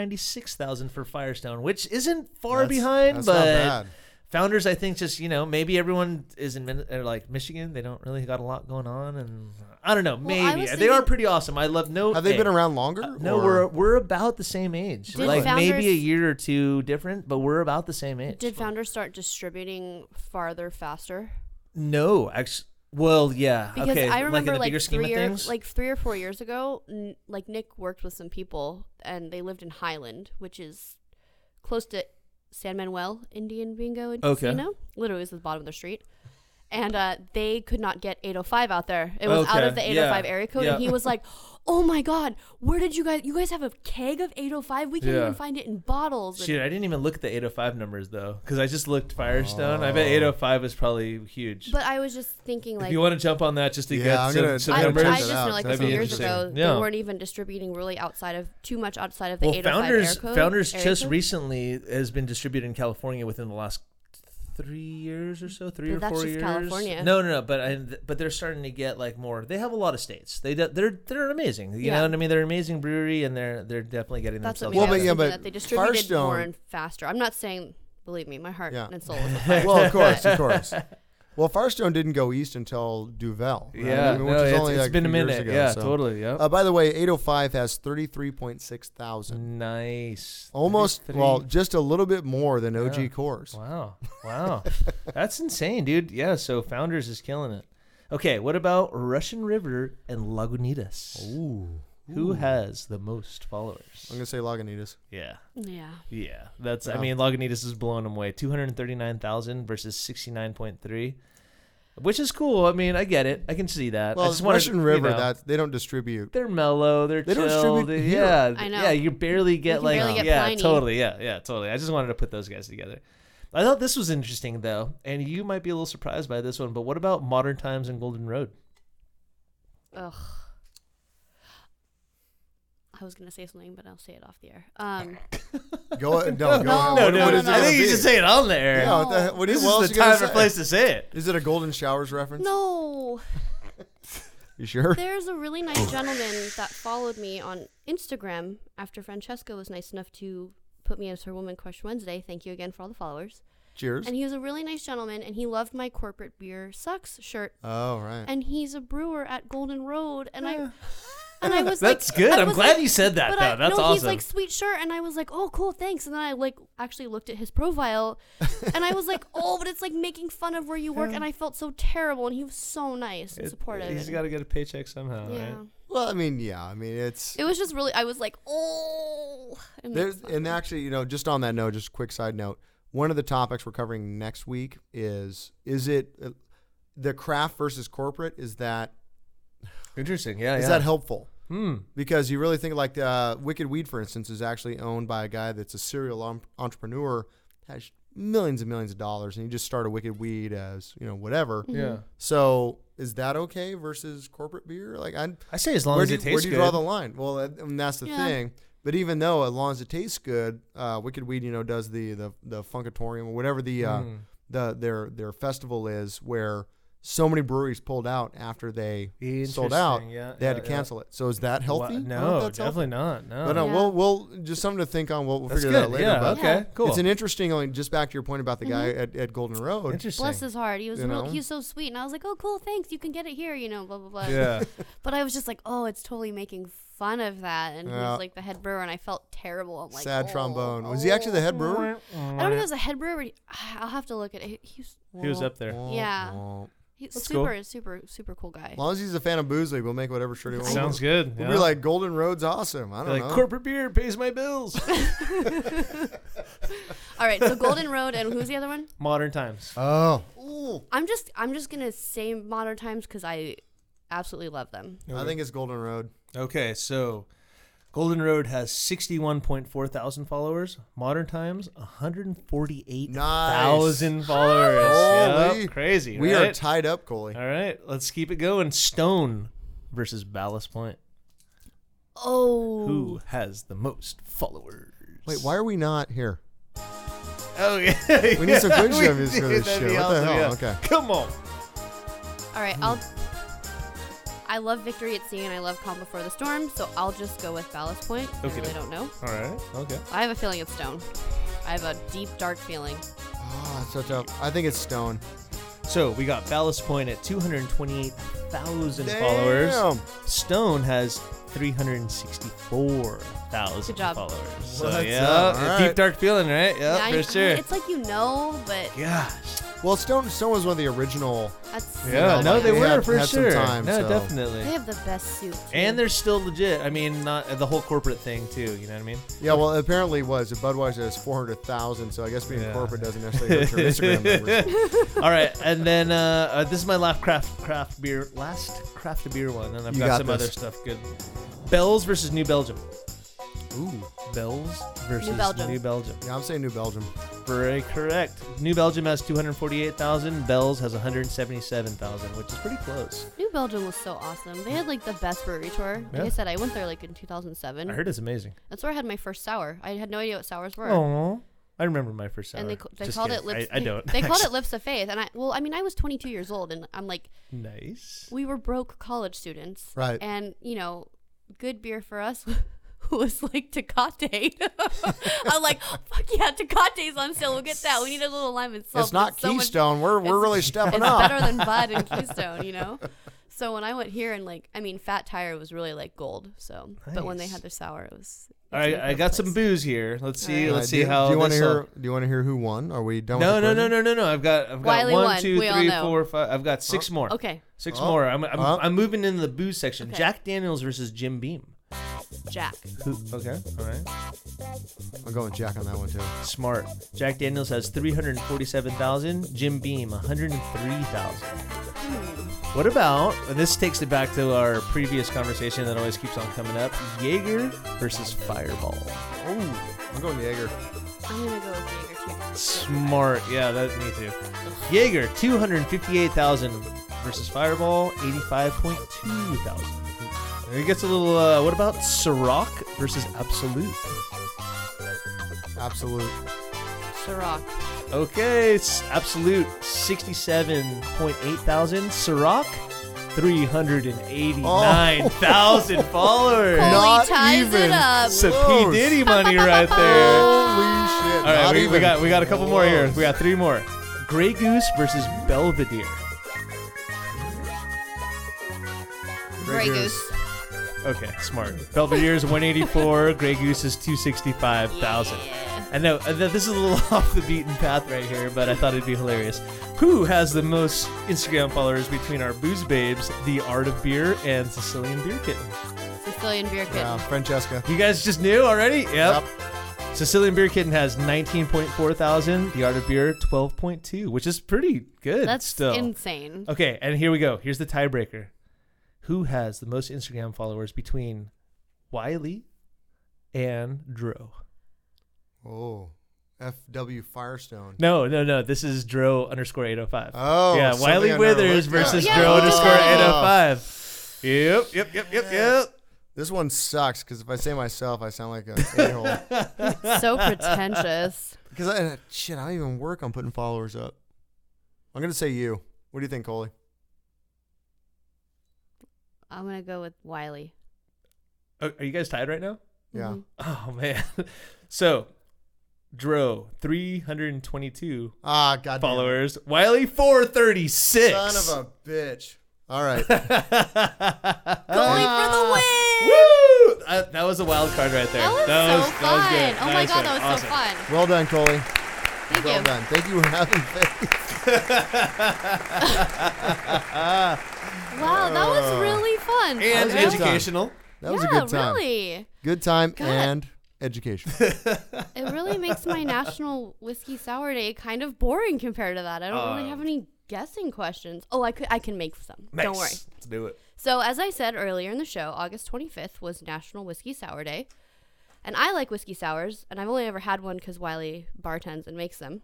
F: 196,000 for Firestone, which isn't far
E: That's-
F: behind,
E: that's not
F: but
E: bad.
F: Founders, I think, just, you know, maybe everyone is in Min- or like Michigan. They don't really got a lot going on. And I don't know, maybe.
G: I
F: they
G: was
F: are
G: thinking-
F: pretty awesome. I love no. eh.
E: Have they
F: hey,
E: been around longer?
F: No,
E: or-
F: we're, we're about the same age.
G: Did
F: like maybe a
G: Founders-
F: year or two different, but we're about the same age.
G: Did founders start distributing farther, faster?
F: no, actually. Well, yeah.
G: Because
F: okay.
G: I
F: like in
G: remember
F: the
G: like,
F: bigger scheme of
G: three or,
F: things.
G: like three or four years ago, n- like Nick worked with some people, and they lived in Highland, which is close to San Manuel Indian Bingo and
F: Okay.
G: Casino. Literally, it's at the bottom of the street. And uh, they could not get 805 out there. It was out
F: Okay,
G: of the 805
F: yeah,
G: area code, and
F: yeah.
G: he was like, "Oh my God, where did you guys? You guys have a keg of 805? We can't
F: Yeah.
G: even find it in bottles." And-
F: Shoot, I didn't even look at the 805 numbers though, because I just looked Firestone. I bet 805 is probably huge.
G: But I was just thinking, like,
F: if you want to jump on that, just to
E: Yeah,
F: get
E: I'm
F: some,
E: gonna-
F: some
G: I,
E: Yeah,
F: numbers,
G: I
E: branch
G: just
E: it out.
G: know like a
E: That'd
G: few
E: be
G: years ago
F: interesting.
G: they
F: Yeah.
G: weren't even distributing really outside of too much outside of the
F: well,
G: 805
F: founders
G: air code.
F: founders
G: area
F: just
G: code.
F: recently has been distributed in California within the last three years or so, three
G: But
F: or
G: that's
F: four
G: just
F: years.
G: California.
F: No, no, no. But I, but they're starting to get like more. They have a lot of states. They de- they're they're amazing. You
G: Yeah.
F: know what I mean? They're an amazing brewery, and they're they're definitely getting
G: That's what
F: themselves.
G: made
E: Well,
G: me
E: but yeah,
G: think
E: but
G: that they distributed more
E: Firestone-
G: and faster. I'm not saying, believe me, my heart
E: Yeah.
G: and soul. Is
E: well, of course, of course. Well, Firestone didn't go east until Duvel. right?
F: Yeah,
E: which
F: no,
E: is
F: it's-
E: only
F: it's
E: like
F: been a
E: few years
F: minute.
E: ago,
F: Yeah,
E: so.
F: totally, yeah.
E: Uh, by the way, 805 has 33.6
F: Mm,
E: thousand.
F: nice.
E: Almost,
F: 33.
E: well, just a little bit more than OG
F: Yeah.
E: Coors.
F: Wow. Wow. That's insane, dude. Yeah, so Founders is killing it. Okay, what about Russian River and Lagunitas?
E: Ooh.
F: Who has the most followers?
E: I'm going to say Lagunitas.
F: Yeah.
G: yeah.
F: Yeah. That's I
E: Wow.
F: mean Lagunitas is blowing them away. 239,000 versus 69.3. Which is cool. I mean, I get it. I can see that. I
E: Well,
F: just wanted,
E: Russian
F: you
E: River,
F: know,
E: that they don't distribute.
F: they're mellow. They're
E: They don't
F: chill.
E: distribute
F: they-
E: here.
F: yeah,
G: I know.
F: yeah. You barely get
G: can
F: like
G: barely get
F: yeah,
G: Pliny.
F: totally, yeah, yeah, totally. I just wanted to put those guys together. I thought this was interesting though, and you might be a little surprised by this one. But what about Modern Times and Golden Road?
G: Ugh. I was gonna say something, but I'll say it off the air. Um,
E: Go no, go
F: No,
E: on.
F: no,
E: Oh, What-
F: no,
E: what is
F: no.
E: it
F: I think
E: gonna
F: you should
E: be?
F: say it on there.
E: Yeah, what the, what
F: This
E: is,
F: is
E: what else
F: the
E: you gonna
F: time and
E: say?
F: place to say it.
E: Is it a Golden Showers reference?
G: no,
E: You sure?
G: there's a really
E: Oh.
G: nice gentleman that followed me on Instagram after Francesca was nice enough to put me as her Woman Crush Wednesday. Thank you again for all the followers.
E: Cheers.
G: And he was a really nice gentleman, and he loved my corporate beer sucks shirt.
E: Oh, right.
G: And he's a brewer at Golden Road, and I. And I was
F: That's
G: like,
F: good.
G: I
F: I'm
G: was
F: glad
G: like-
F: you said that,
G: but
F: though.
G: I-
F: That's
G: no, He's
F: awesome.
G: like sweet shirt, and I was like, oh, cool, thanks. And then I like actually looked at his profile, and I was like, oh, but it's like making fun of where you work, and I felt so terrible. And he was so nice and supportive.
F: He's
G: and-
F: got to get a paycheck somehow,
G: Yeah.
F: right?
E: Well, I mean, yeah. I mean, it's
G: It was just really. I was like, oh. And that's
E: There's, and actually, you know, just on that note, just a quick side note. One of the topics we're covering next week is is it uh, the craft versus corporate? Is that
F: Interesting. Yeah.
E: is
F: yeah.
E: that helpful?
F: Hmm.
E: Because you really think like uh, Wicked Weed, for instance, is actually owned by a guy that's a serial om- entrepreneur, has millions and millions of dollars, and he just started Wicked Weed as you know whatever.
G: Mm-hmm.
F: Yeah.
E: So is that okay versus corporate beer? Like I,
F: I say as long
E: where
F: as
E: do
F: it
E: you- Where
F: tastes
E: do you draw
F: good.
E: the line? Well, that- and that's the
F: Yeah.
E: thing. But even though as long as it tastes good, uh, Wicked Weed, you know, does the the the Funkatorium or whatever the uh,
F: Mm.
E: the their their festival is, where so many breweries pulled out after they sold out,
F: Interesting, yeah,
E: they had
F: yeah,
E: to
F: yeah.
E: cancel it. So is that healthy?
F: Wha-
E: I don't know
F: no,
E: if that's healthy.
F: definitely not, no.
E: but uh,
F: Yeah.
E: we'll we'll just something to think on. We'll, we'll
F: That's
E: figure that out
F: good,
E: later.
F: yeah,
E: but
F: okay, Yeah. cool.
E: It's an interesting. Like, just back to your point about the guy
G: Mm-hmm.
E: at, at Golden Road.
G: Bless his heart. He was
E: You
G: real,
E: know?
G: he was so sweet, and I was like, "Oh, cool, thanks. You can get it here, you know, blah blah blah."
E: Yeah.
G: but I was just like, "Oh, it's totally making fun of that," and he
E: Yeah.
G: was like the head brewer, and I felt terrible. I'm like,
E: Sad
G: "Oh,
E: trombone. Was he actually the head brewer?
G: I don't know if he was a head brewer. But he, I'll have to look at it. He was,
F: He was up there.
G: Yeah. He's
F: That's
G: super, super, super cool guy.
E: As long as he's a fan of Boozley, we'll make whatever shirt he wants.
F: Sounds good,
E: We'll
F: yeah.
E: be like Golden Road's awesome. I don't
F: Like
E: know.
F: corporate beer pays my bills.
G: All right, so Golden Road and who's the other one?
F: Modern times.
E: Oh.
G: I'm just, I'm just gonna say Modern Times because I absolutely love them.
E: I think it's Golden Road.
F: Okay, so Golden Road has 61.4 thousand followers. Modern Times, 148,000 followers.
E: Holy.
F: Yep, crazy.
E: We are
F: right?
E: tied up, Coley.
F: All right, let's keep it going. Stone versus Ballast Point.
G: Oh.
F: Who has the most followers?
E: Wait, why are we not here?
F: Oh, yeah.
E: We need some good
F: We
E: shit for
F: did,
E: this
F: that'd
E: shit.
F: be
E: What the
F: awesome,
E: hell?
F: yeah.
E: Okay.
F: Come on.
G: All right, I'll. I love Victory at Sea and I love Calm Before the Storm, so I'll just go with Ballast Point. I
F: Okay.
G: really don't know.
F: All right, okay.
G: I have a feeling it's Stone. I have a deep, dark feeling.
E: Oh, it's such a, I think it's Stone.
F: So we got Ballast Point at 228,000 followers.
E: Damn.
F: Stone has 364,000
G: Good job.
F: followers. So
E: What's
F: yeah,
E: up?
F: a
E: All right.
F: deep dark feeling, right?
G: Yeah,
F: Yeah,
G: I-
F: for sure.
G: It's like you know, but
F: Gosh.
E: Well, Stone Stone was one of the original.
G: that's.
F: Yeah,
E: Yeah,
F: no,
E: like,
F: they
E: they
F: were
E: had-
F: for
E: had some
F: sure.
E: time,
F: no,
E: so.
F: definitely.
G: They have the best suit.
F: And they're still legit. I mean, not uh, the whole corporate thing too. You know what I mean?
E: Yeah, well, apparently it was. Budweiser has 400,000, so I guess being
F: Yeah.
E: corporate doesn't necessarily hurt your Instagram numbers.
F: All right, and then uh, uh, this is my last craft craft beer last craft beer one, and I've
E: You
F: got,
E: got
F: some
E: this.
F: other stuff good. Bells versus New Belgium.
E: Ooh.
F: Bells versus
G: Belgium.
F: New Belgium.
E: Yeah, I'm saying New Belgium.
F: Very correct. New Belgium has 248,000. Bells has 177,000, which is pretty close.
G: New Belgium was so awesome. They had like the best brewery tour. Like
F: Yeah.
G: I said, I went there like in 2007.
F: I heard it's amazing.
G: That's where I had my first sour. I had no idea what sours were.
F: Oh, I remember my first hour.
G: And they, ca- they
F: Just
G: called
F: kidding.
G: it lips.
F: I, I don't.
G: They, called it
F: actually.
G: lips of faith, and I well, I mean, I was 22 years old, and I'm like,
F: Nice.
G: we were broke college students,
E: Right.
G: And you know, good beer for us was like Tecate. I'm like, fuck yeah, Tecate's on sale. We'll get that. We need a little lime and salt.
E: It's not
G: but so much-
E: Keystone. We're, we're
G: it's-
E: really stepping
G: it's
E: up.
G: better than Bud and Keystone, you know. So when I went here and like, I mean, Fat Tire was really like gold. So, but when they
F: Nice.
G: had their sour, it was.
F: All right, I got some booze here. Let's see.
E: All right,
F: Let's
E: Uh, do
F: see
E: you-
F: how.
E: Do you want to
F: this all-
E: hear? Do you want to hear who won? Are we done?
F: No,
E: with
F: no,
E: the
F: no,
E: quiz?
F: no, no, no. I've got, I've got
G: Wiley
F: one,
G: won.
F: two,
G: We all
F: three,
G: know.
F: four, five. I've got six more.
G: Okay.
F: Six
E: Oh.
F: more. I'm, I'm,
E: Oh.
F: I'm moving into the booze section.
G: Okay.
F: Jack Daniels versus Jim Beam.
G: Jack.
F: Who- Okay. All right.
E: I'm going Jack on that one too.
F: Smart. Jack Daniels has 347,000. Jim Beam, 103,000. What about, and this takes it back to our previous conversation that always keeps on coming up Jaeger versus Fireball.
E: Oh, I'm going Jaeger.
G: I'm gonna go with Jaeger too.
F: Smart. Yeah, that me too. Jaeger, 258,000 versus Fireball, 85.2 thousand. It gets a little. Uh, what about Ciroc versus Absolute?
E: Absolute.
G: Ciroc.
F: Okay, it's Absolute sixty-seven point eight thousand. Ciroc. 389,000 followers.
G: Holy Not ties even. it up.
F: Some P. Diddy money right there.
E: Holy shit.
F: All right,
E: Not
F: we, we
E: even
F: got, we got a couple more here.
E: close.
F: We got three more. Grey Goose versus Belvedere.
G: Grey Goose.
F: Okay, smart. Belvedere's 184, Grey Goose is 265,000. I know uh, th- this is a little off the beaten path right here, but I thought it'd be hilarious. Who has the most Instagram followers between our booze babes, The Art of Beer, and Sicilian Beer Kitten?
G: Sicilian beer kitten.
E: Yeah, Francesca.
F: You guys just knew already? Yep. Sicilian Beer Kitten has 19.4 thousand, The Art of Beer 12.2, which is pretty good
G: That's
F: still.
G: insane.
F: Okay, and here we go. Here's the tiebreaker. Who has the most Instagram followers between Wiley and Dro?
E: Oh, F.W. Firestone.
F: No, no, no. This is Dro underscore 805.
E: Oh,
F: yeah.
E: something
F: Wiley
E: I never
F: Withers
E: looked at.
F: versus
G: Yeah,
F: Dro
G: we did
F: underscore
G: that.
F: 805. Yep, yep, yep, yep, yep.
E: This one sucks because if I say myself, I sound like a a-hole.
G: so pretentious.
E: Because I shit, I don't even work on putting followers up. I'm gonna say you. What do you think, Coley?
G: I'm gonna go with Wiley.
F: Oh, Are you guys tied right now?
E: Yeah.
G: Mhm.
F: Oh, man. So, Dro, 322
E: Ah, god.
F: followers. Wiley, 436.
E: Son of a bitch. All right.
G: Going for the win.
F: Woo! Uh, that was a wild card right there.
G: That was so
F: that was
G: fun.
F: good.
G: Oh my
F: Nice
G: god,
F: one.
G: that was
F: Awesome.
G: so fun.
E: well done, Coley.
G: Thank
E: Well
G: you.
E: done. Thank you for having faith.
G: Wow, that was really fun.
F: And
E: That was a good
F: educational.
E: That was a good time.
G: really.
E: Good time
G: God.
E: and education.
G: It really makes my national whiskey sour day kind of boring compared to that. I don't really have any guessing questions. Oh, I could I can make some. Don't worry.
F: Nice. Let's do it.
G: So, as I said earlier in the show, August 25th was National Whiskey Sour Day. And I like whiskey sours, and I've only ever had one because Wiley bartends and makes them.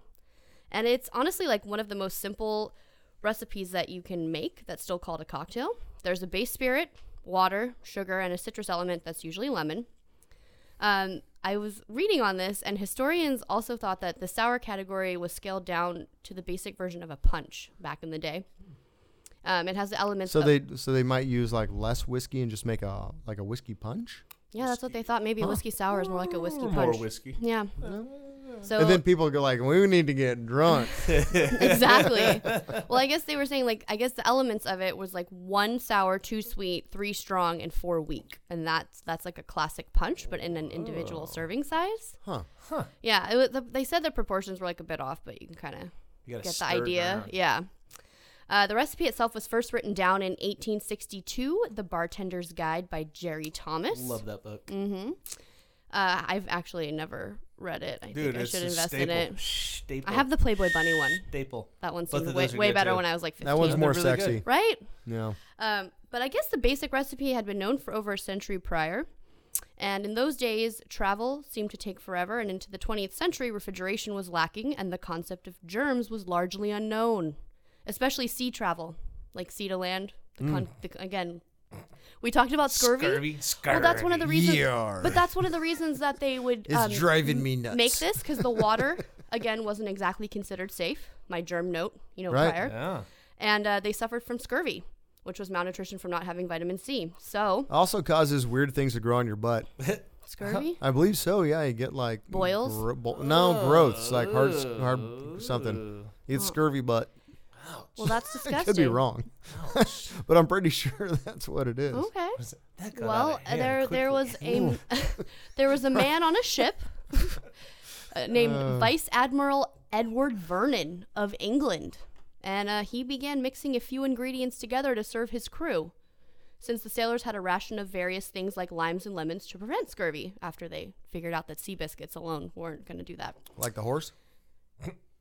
G: And it's honestly like one of the most simple recipes that you can make that's still called a cocktail. There's a base spirit, water, sugar, and a citrus element that's usually lemon. Um, I was reading on this, and historians also thought that the sour category was scaled down to the basic version of a punch back in the day. Um, it has the elements
E: so
G: of
E: they so they might use like less whiskey and just make a like a whiskey punch.
G: Yeah, that's what they thought. Maybe a whiskey sour is more like a whiskey punch.
F: More whiskey.
G: Yeah. So
E: and then people go like, "We need to get drunk."
G: exactly. Well, I guess they were saying like I guess the elements of it was like one sour, two sweet, three strong, and four weak, and that's that's like a classic punch, but in an individual serving size.
E: huh?
G: Yeah, it was, the, they said the proportions were like a bit off, but you can kind of
F: You gotta
G: get the
F: stir it
G: idea.
F: around.
G: Yeah. Uh, the recipe itself was first written down in 1862, The Bartender's Guide by Jerry Thomas.
F: Love that book.
G: Mm-hmm. Uh, I've actually never read it. I think I should invest in it.
F: Staple.
G: I have the Playboy Bunny one.
F: staple.
G: That one
F: Both
G: seemed
F: of
G: way,
F: those are
G: way
F: good,
G: better
F: too.
G: when I was like 15.
E: That one's more
F: really good.
E: sexy.
G: right.
E: No.
G: Um, but I guess the basic recipe had been known for over a century prior. And in those days, travel seemed to take forever, and into the 20th century, refrigeration was lacking, and the concept of germs was largely unknown, especially sea travel, like sea to land.
F: Hmm.
G: The con- the, again, we talked about scurvy.
F: Scurvy,
G: Well, that's one of the reasons.
E: Yarr.
G: But that's one of the reasons that they would
E: It's
G: um,
E: driving me nuts.
G: make this because the water again wasn't exactly considered safe. My germ note, you know,
E: Right.
G: prior,
F: Yeah.
G: and uh, they suffered from scurvy, which was malnutrition from not having vitamin C. So
E: Also causes weird things to grow on your butt.
G: scurvy.
E: I believe so. Yeah, you get like
G: Boils?
E: gro- bo- no, growths like heart, heart something. You get scurvy butt.
G: Well, that's disgusting.
E: I could be wrong, but I'm pretty sure that's what it is.
G: Okay.
F: That got out
G: Well,
F: of
G: uh,
F: hand
G: there there
F: quickly.
G: was a there was a man on a ship uh, named Vice Admiral Edward Vernon of England, and uh, he began mixing a few ingredients together to serve his crew, since the sailors had a ration of various things like limes and lemons to prevent scurvy. After they figured out that sea biscuits alone weren't going to do that.
E: Like the horse.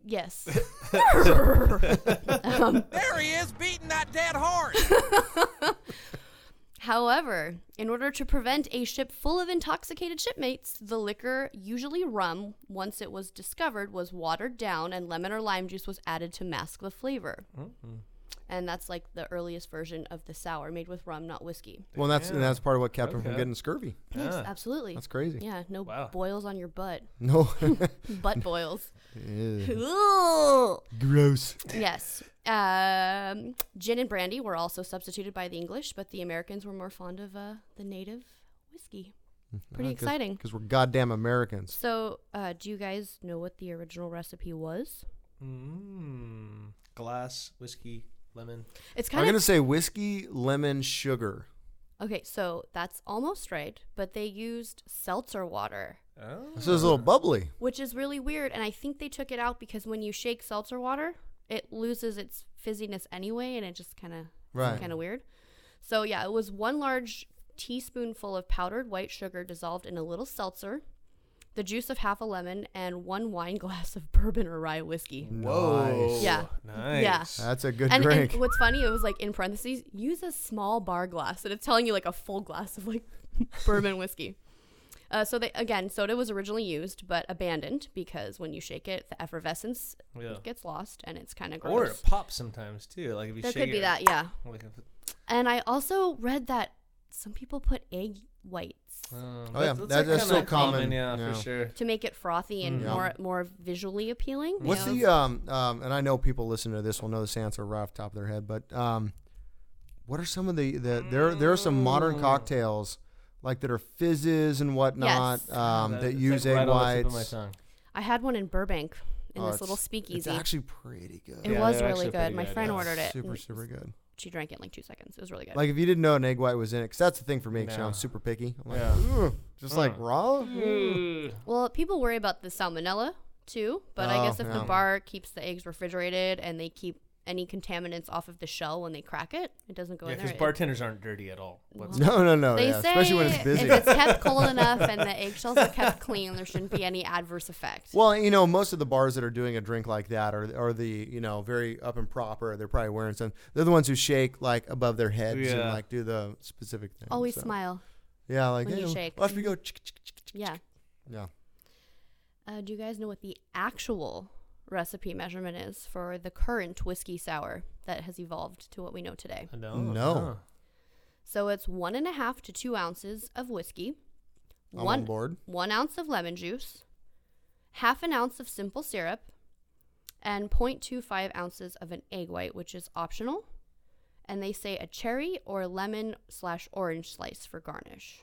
G: Yes.
E: Um,
N: There he is, beating that dead horse.
G: However, in order to prevent a ship full of intoxicated shipmates, the liquor, usually rum, once it was discovered, was watered down and lemon or lime juice was added to mask the flavor. and that's like the earliest version of the sour made with rum, not whiskey.
E: Well, that's and that's part of what kept him from getting scurvy.
G: Yes, absolutely.
E: Ah, That's crazy.
G: Yeah, no boils on your butt.
E: No.
G: butt boils.
E: Ew.
G: Ooh.
E: Gross.
G: Yes. Um, gin and brandy were also substituted by the English, but the Americans were more fond of uh, the native whiskey. Pretty exciting.
E: Because we're goddamn Americans.
G: So, uh, do you guys know what the original recipe was?
F: Mm. Glass, whiskey, lemon.
G: It's
E: I'm
G: kind
E: going to
G: of
E: say whiskey, lemon, sugar.
G: okay. So that's almost right, but they used seltzer water,
E: This is a little bubbly.
G: which is really weird. And I think they took it out because when you shake seltzer water, it loses its fizziness anyway, and it just kind of
E: Right.
G: kind of weird. So yeah, it was one large teaspoonful of powdered white sugar dissolved in a little seltzer, the juice of half a lemon, and one wine glass of bourbon or rye whiskey.
E: Whoa.
G: Yeah.
F: Nice.
G: Yeah.
E: That's a good
G: and,
E: drink.
G: And what's funny, it was like in parentheses, use a small bar glass. And it's telling you like a full glass of like bourbon whiskey. Uh, so they again, soda was originally used but abandoned because when you shake it, the effervescence
F: Yeah.
G: gets lost and it's kind of
F: Or
G: gross.
F: it pops sometimes too. Like if you
G: There
F: shake
G: could be
F: it,
G: that, yeah.
F: Like if,
G: and I also read that some people put egg whites
F: um,
E: Oh, yeah. That- that's
F: kinda
E: so common,
F: Yeah,
E: yeah.
F: for sure.
G: to make it frothy and
E: Mm. Yeah.
G: more more visually appealing.
E: What's
G: Yeah.
E: the um um? And I know people listening to this will know this answer right off the top of their head, but um, what are some of the the there there are some
F: Mm.
E: modern cocktails like that are fizzes and whatnot
G: Yes.
E: um,
F: That-
E: that
F: it's,
E: use
F: like,
E: egg
F: right on the tip of my
E: whites.
F: tongue.
G: I had one in Burbank in
E: Oh,
G: this little
E: it's-
G: speakeasy.
E: It's actually pretty good.
G: It
F: Yeah,
G: was
F: they're
G: really
F: actually
G: good.
F: pretty
G: My
F: good,
G: friend
F: yeah.
G: ordered it.
E: Super
G: and
E: super good.
G: She drank it in like two seconds. It was really good.
E: Like if you didn't know an egg white was in it, because that's the thing for me. 'cause, you know,
F: No.
E: I'm super picky. I'm like,
F: Yeah. Mm.
E: "Ugh," just like raw.
G: Mm. well, people worry about the salmonella too, but I guess
E: Oh,
G: if
E: yeah.
G: the bar keeps the eggs refrigerated and they keep any contaminants off of the shell when they crack it, it doesn't go
F: Yeah,
G: in there.
F: because
G: It-
F: bartenders aren't dirty at all. What's-
E: No, no, no.
G: they
E: yeah,
G: say
E: especially when it's busy.
G: if it's kept cold enough and the eggshells are kept clean, there shouldn't be any adverse effect.
E: Well, you know, most of the bars that are doing a drink like that are, are the, you know, very up and proper. They're probably wearing some. They're the ones who shake like above their heads and
F: Yeah.
E: like do the specific thing.
G: Always
E: so.
G: smile.
E: Yeah, like
G: when
E: hey,
G: you shake.
E: Watch me go. chick, chick, chick, chick.
G: Yeah.
E: Yeah.
G: Uh, do you guys know what the actual recipe measurement is for the current whiskey sour that has evolved to what we know today?
F: I know.
E: No.
F: Huh.
G: So it's one and a half to two ounces of whiskey,
E: I'm on
G: one
E: board.
G: one ounce of lemon juice, half an ounce of simple syrup, and 0.25 ounces of an egg white, which is optional. And they say a cherry or lemon slash orange slice for garnish.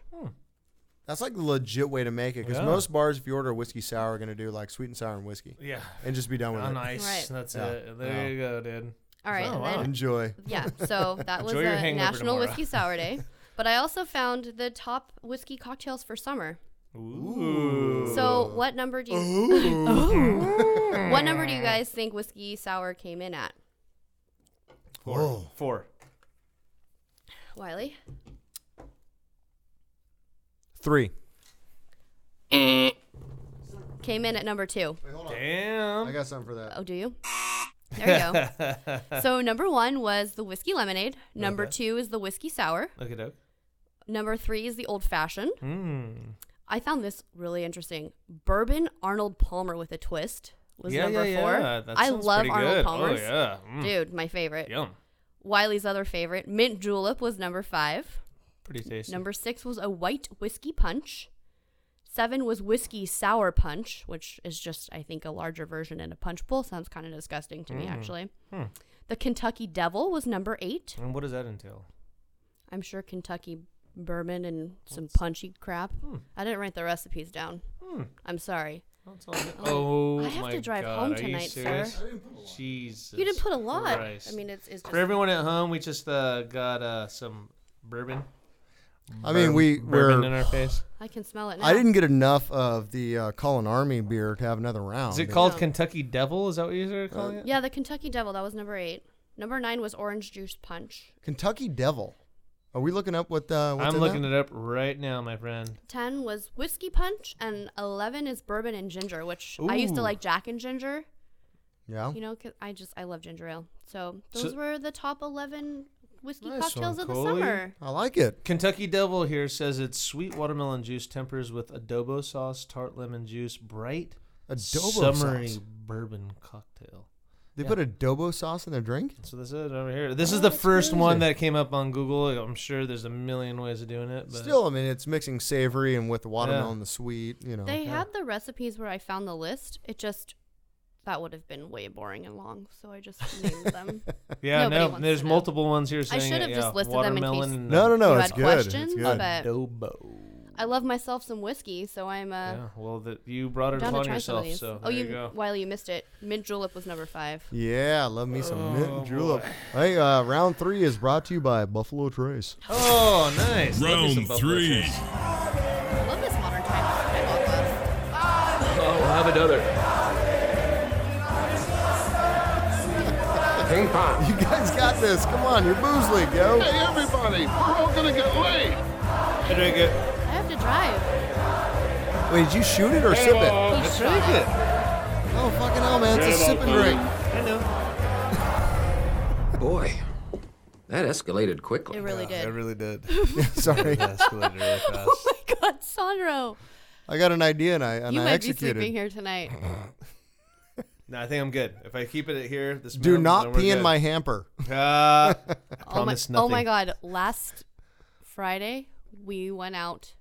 E: That's like the legit way to make it because
F: Yeah.
E: most bars, if you order a whiskey sour, are going to do like sweet and sour and whiskey
F: Yeah.
E: and just be done with
F: On
E: it.
F: ice.
G: Right.
F: That's
E: Yeah.
F: it. There you go, dude.
G: All right,
F: Oh,
G: and
F: wow.
G: then
E: Enjoy.
G: Yeah, so that was
F: Enjoy your
G: a
F: hangover
G: National
F: tomorrow.
G: Whiskey Sour Day. But I also found the top whiskey cocktails for summer.
F: Ooh.
G: So what number do you Ooh. What number do you guys think whiskey sour came in at?
F: Four. Four.
G: Wiley?
E: Three.
G: Eh. Came in at number 2.
E: I
F: Damn.
E: got something for that.
G: Oh, do you? There you go. so number 1 was the whiskey lemonade, number 2 is the whiskey sour,
F: Look it up.
G: number 3 is the old fashioned.
F: Mm.
G: I found this really interesting. Bourbon Arnold Palmer with a twist was
F: Yeah,
G: number
F: yeah,
G: 4.
F: yeah. That
G: I
F: sounds
G: love
F: pretty
G: Arnold
F: good.
G: Palmer's.
F: Oh, yeah. Mm.
G: Dude, my favorite.
F: Yum.
G: Wiley's other favorite, mint julep, was number five.
F: Pretty tasty.
G: Number six was a white whiskey punch. Seven was whiskey sour punch, which is just, I think, a larger version in a punch bowl. Sounds kind of disgusting to me, actually.
F: Hmm.
G: The Kentucky Devil was number eight.
F: And what does that entail?
G: I'm sure Kentucky bourbon and some punchy crap.
F: Hmm.
G: I didn't write the recipes down. I'm sorry.
F: That's all good. Oh,
G: I have
F: my
G: to drive
F: God.
G: home
F: Are you
G: tonight, sir.
F: serious? Jesus.
G: you didn't put a lot.
F: Christ.
G: I mean, it's, it's just.
F: For everyone at home, we just uh, got uh, some bourbon.
E: I mean, we
F: bourbon
E: were-
F: in our face.
G: I can smell it now.
E: I didn't get enough of the uh, Cullen Army beer to have another round.
F: Is it
E: but-
F: called
G: No.
F: Kentucky Devil? Is that what you're calling it?
G: Yeah, the Kentucky Devil. That was number eight. Number nine was orange juice punch.
E: Kentucky Devil? Are we looking up what? Uh, what's
F: I'm
E: in
F: looking
E: that?
F: it up right now, my friend.
G: 10 was whiskey punch and 11 is bourbon and ginger which i used to
F: Ooh.
G: like jack and ginger
E: Yeah.
G: you know 'cause i just i love ginger ale so those
F: So-
G: were the top 11 whiskey
E: Nice
G: cocktails
E: one,
G: of the
F: Coley.
G: summer
E: I like it.
F: Kentucky Devil here says it's sweet watermelon juice tempers with adobo sauce, tart lemon juice, bright
E: Adobo
F: summery
E: sauce.
F: bourbon cocktail.
E: They put adobo sauce in their drink.
F: So this is over here. This
E: Oh,
F: is the
E: that's
F: first
E: crazy.
F: one that came up on Google. I'm sure there's a million ways of doing it. But
E: Still, I mean, it's mixing savory and with the watermelon, the sweet. You know,
G: They had the recipes where I found the list. It just that would have been way boring and long, so I just named them.
F: Yeah,
G: Nobody
F: no,
G: wants
F: there's
G: to know.
F: multiple ones here
G: I
F: saying
G: should
F: it,
G: have just
F: yeah,
G: listed them in case.
F: watermelon and
E: No, no, no.
G: you
E: It's
G: had
E: good.
G: questions,
E: it's good.
G: but
F: adobo.
G: I love myself some whiskey, so I'm uh,
F: Yeah, well, that you brought it
G: down to
F: upon
G: try some
F: yourself,
G: of these.
F: so
G: oh,
F: there
G: you,
F: you go.
G: Wiley, you missed it. Mint julep was number five.
E: Yeah, love me some
F: Oh,
E: mint julep.
F: boy.
E: Hey, uh, round three is brought to you by Buffalo Trace.
F: Oh, nice. Love me some
M: Round
F: buffalo
M: three.
F: trace.
G: I love this modern time.
F: Oh, have another.
E: Ping pong. You guys got this. Come on, your booze league, yo.
Q: Hey, everybody, we're all gonna get laid.
F: I drink it.
G: I have to drive.
E: Wait, did you shoot it or sip it?
F: I drink it.
E: Oh, fucking hell, man. It's a sip and drink.
F: I know.
L: Boy, that escalated quickly.
G: It really did.
F: really did.
E: Sorry.
F: escalated really fast.
G: Oh my God, Sandro,
E: I got an idea and I, and
G: you
E: I
G: might
E: executed.
G: be sleeping here tonight. Oh
F: No, I think I'm good. If I keep it at here, this
E: Do
F: minimum,
E: not
F: then we're
E: pee in
F: good.
E: my hamper.
F: Ah, I
G: oh my,
F: promise
G: oh
F: nothing.
G: my God, last Friday we went out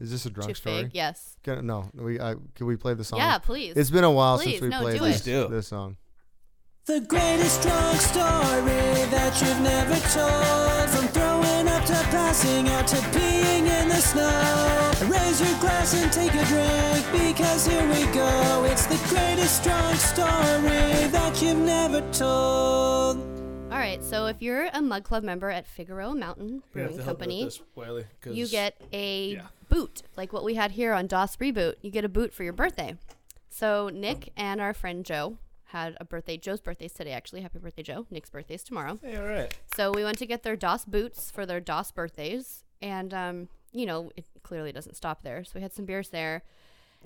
E: Is this a drunk
G: to
E: story?
G: Fig. Yes.
E: Can, no, we I, can we play the song?
G: Yeah, please.
E: It's been a while
G: Please,
E: since we
G: no,
E: played
G: do
E: this,
G: it.
F: Please do.
E: this song.
R: The greatest drunk story that you've never told. From throwing up to passing out to peeing in the snow. Raise your glass and take a drink because here we go. It's the greatest drunk story that you've never told.
G: All right, so if you're a Mug Club member at Figaro Mountain
F: You have
G: Brewing
F: to help me with
G: Company,
F: this, Wiley, 'cause-
G: you get a
F: Yeah.
G: boot, like what we had here on DOS Reboot. You get a boot for your birthday. So Nick and our friend Joe had a birthday. Joe's birthday's today, actually. Happy birthday, Joe. Nick's birthday's tomorrow.
F: Hey, all right.
G: So we went to get their DOS boots for their DOS birthdays. And, um, you know, it clearly doesn't stop there. So we had some beers there.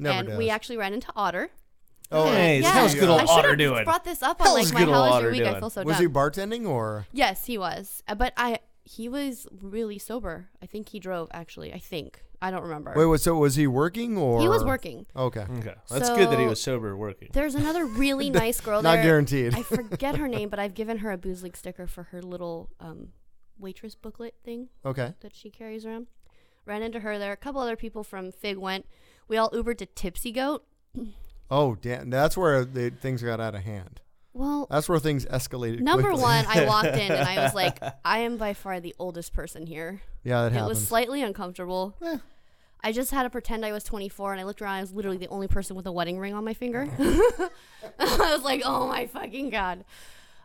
E: Never
G: and we
E: does.
G: actually ran into Otter.
E: Oh,
F: Hey, how's good old
G: I
F: Otter
G: should've
F: doing?
G: brought this up on
F: How's
G: like my
F: good old
G: how was
F: Otter
G: your week. I
F: doing?
G: feel so
E: was
G: dumb.
E: he bartending or?
G: Yes, he was. Uh, But I he was really sober. I think he drove actually. I think. I don't remember.
E: Wait, what, so was he working or?
G: He was working.
E: Okay.
F: Okay, that's good that he
G: So-
F: was sober working.
G: There's another really nice girl
E: Not
G: there.
E: guaranteed.
G: I forget her name, but I've given her a booze league sticker for her little um, waitress booklet thing
E: Okay.
G: that she carries around. Ran into her there. A couple other people from Fig went. We all Ubered to Tipsy Goat.
E: Oh, damn. That's where the, things got out of hand.
G: Well,
E: That's where things escalated.
G: Number
E: quickly.
G: one, I walked in and I was like, I am by far the oldest person here.
E: Yeah, that
G: it was
E: happens.
G: slightly uncomfortable. I just had to pretend I was 24, and I looked around. I was literally the only person with a wedding ring on my finger. I was like, oh my fucking god.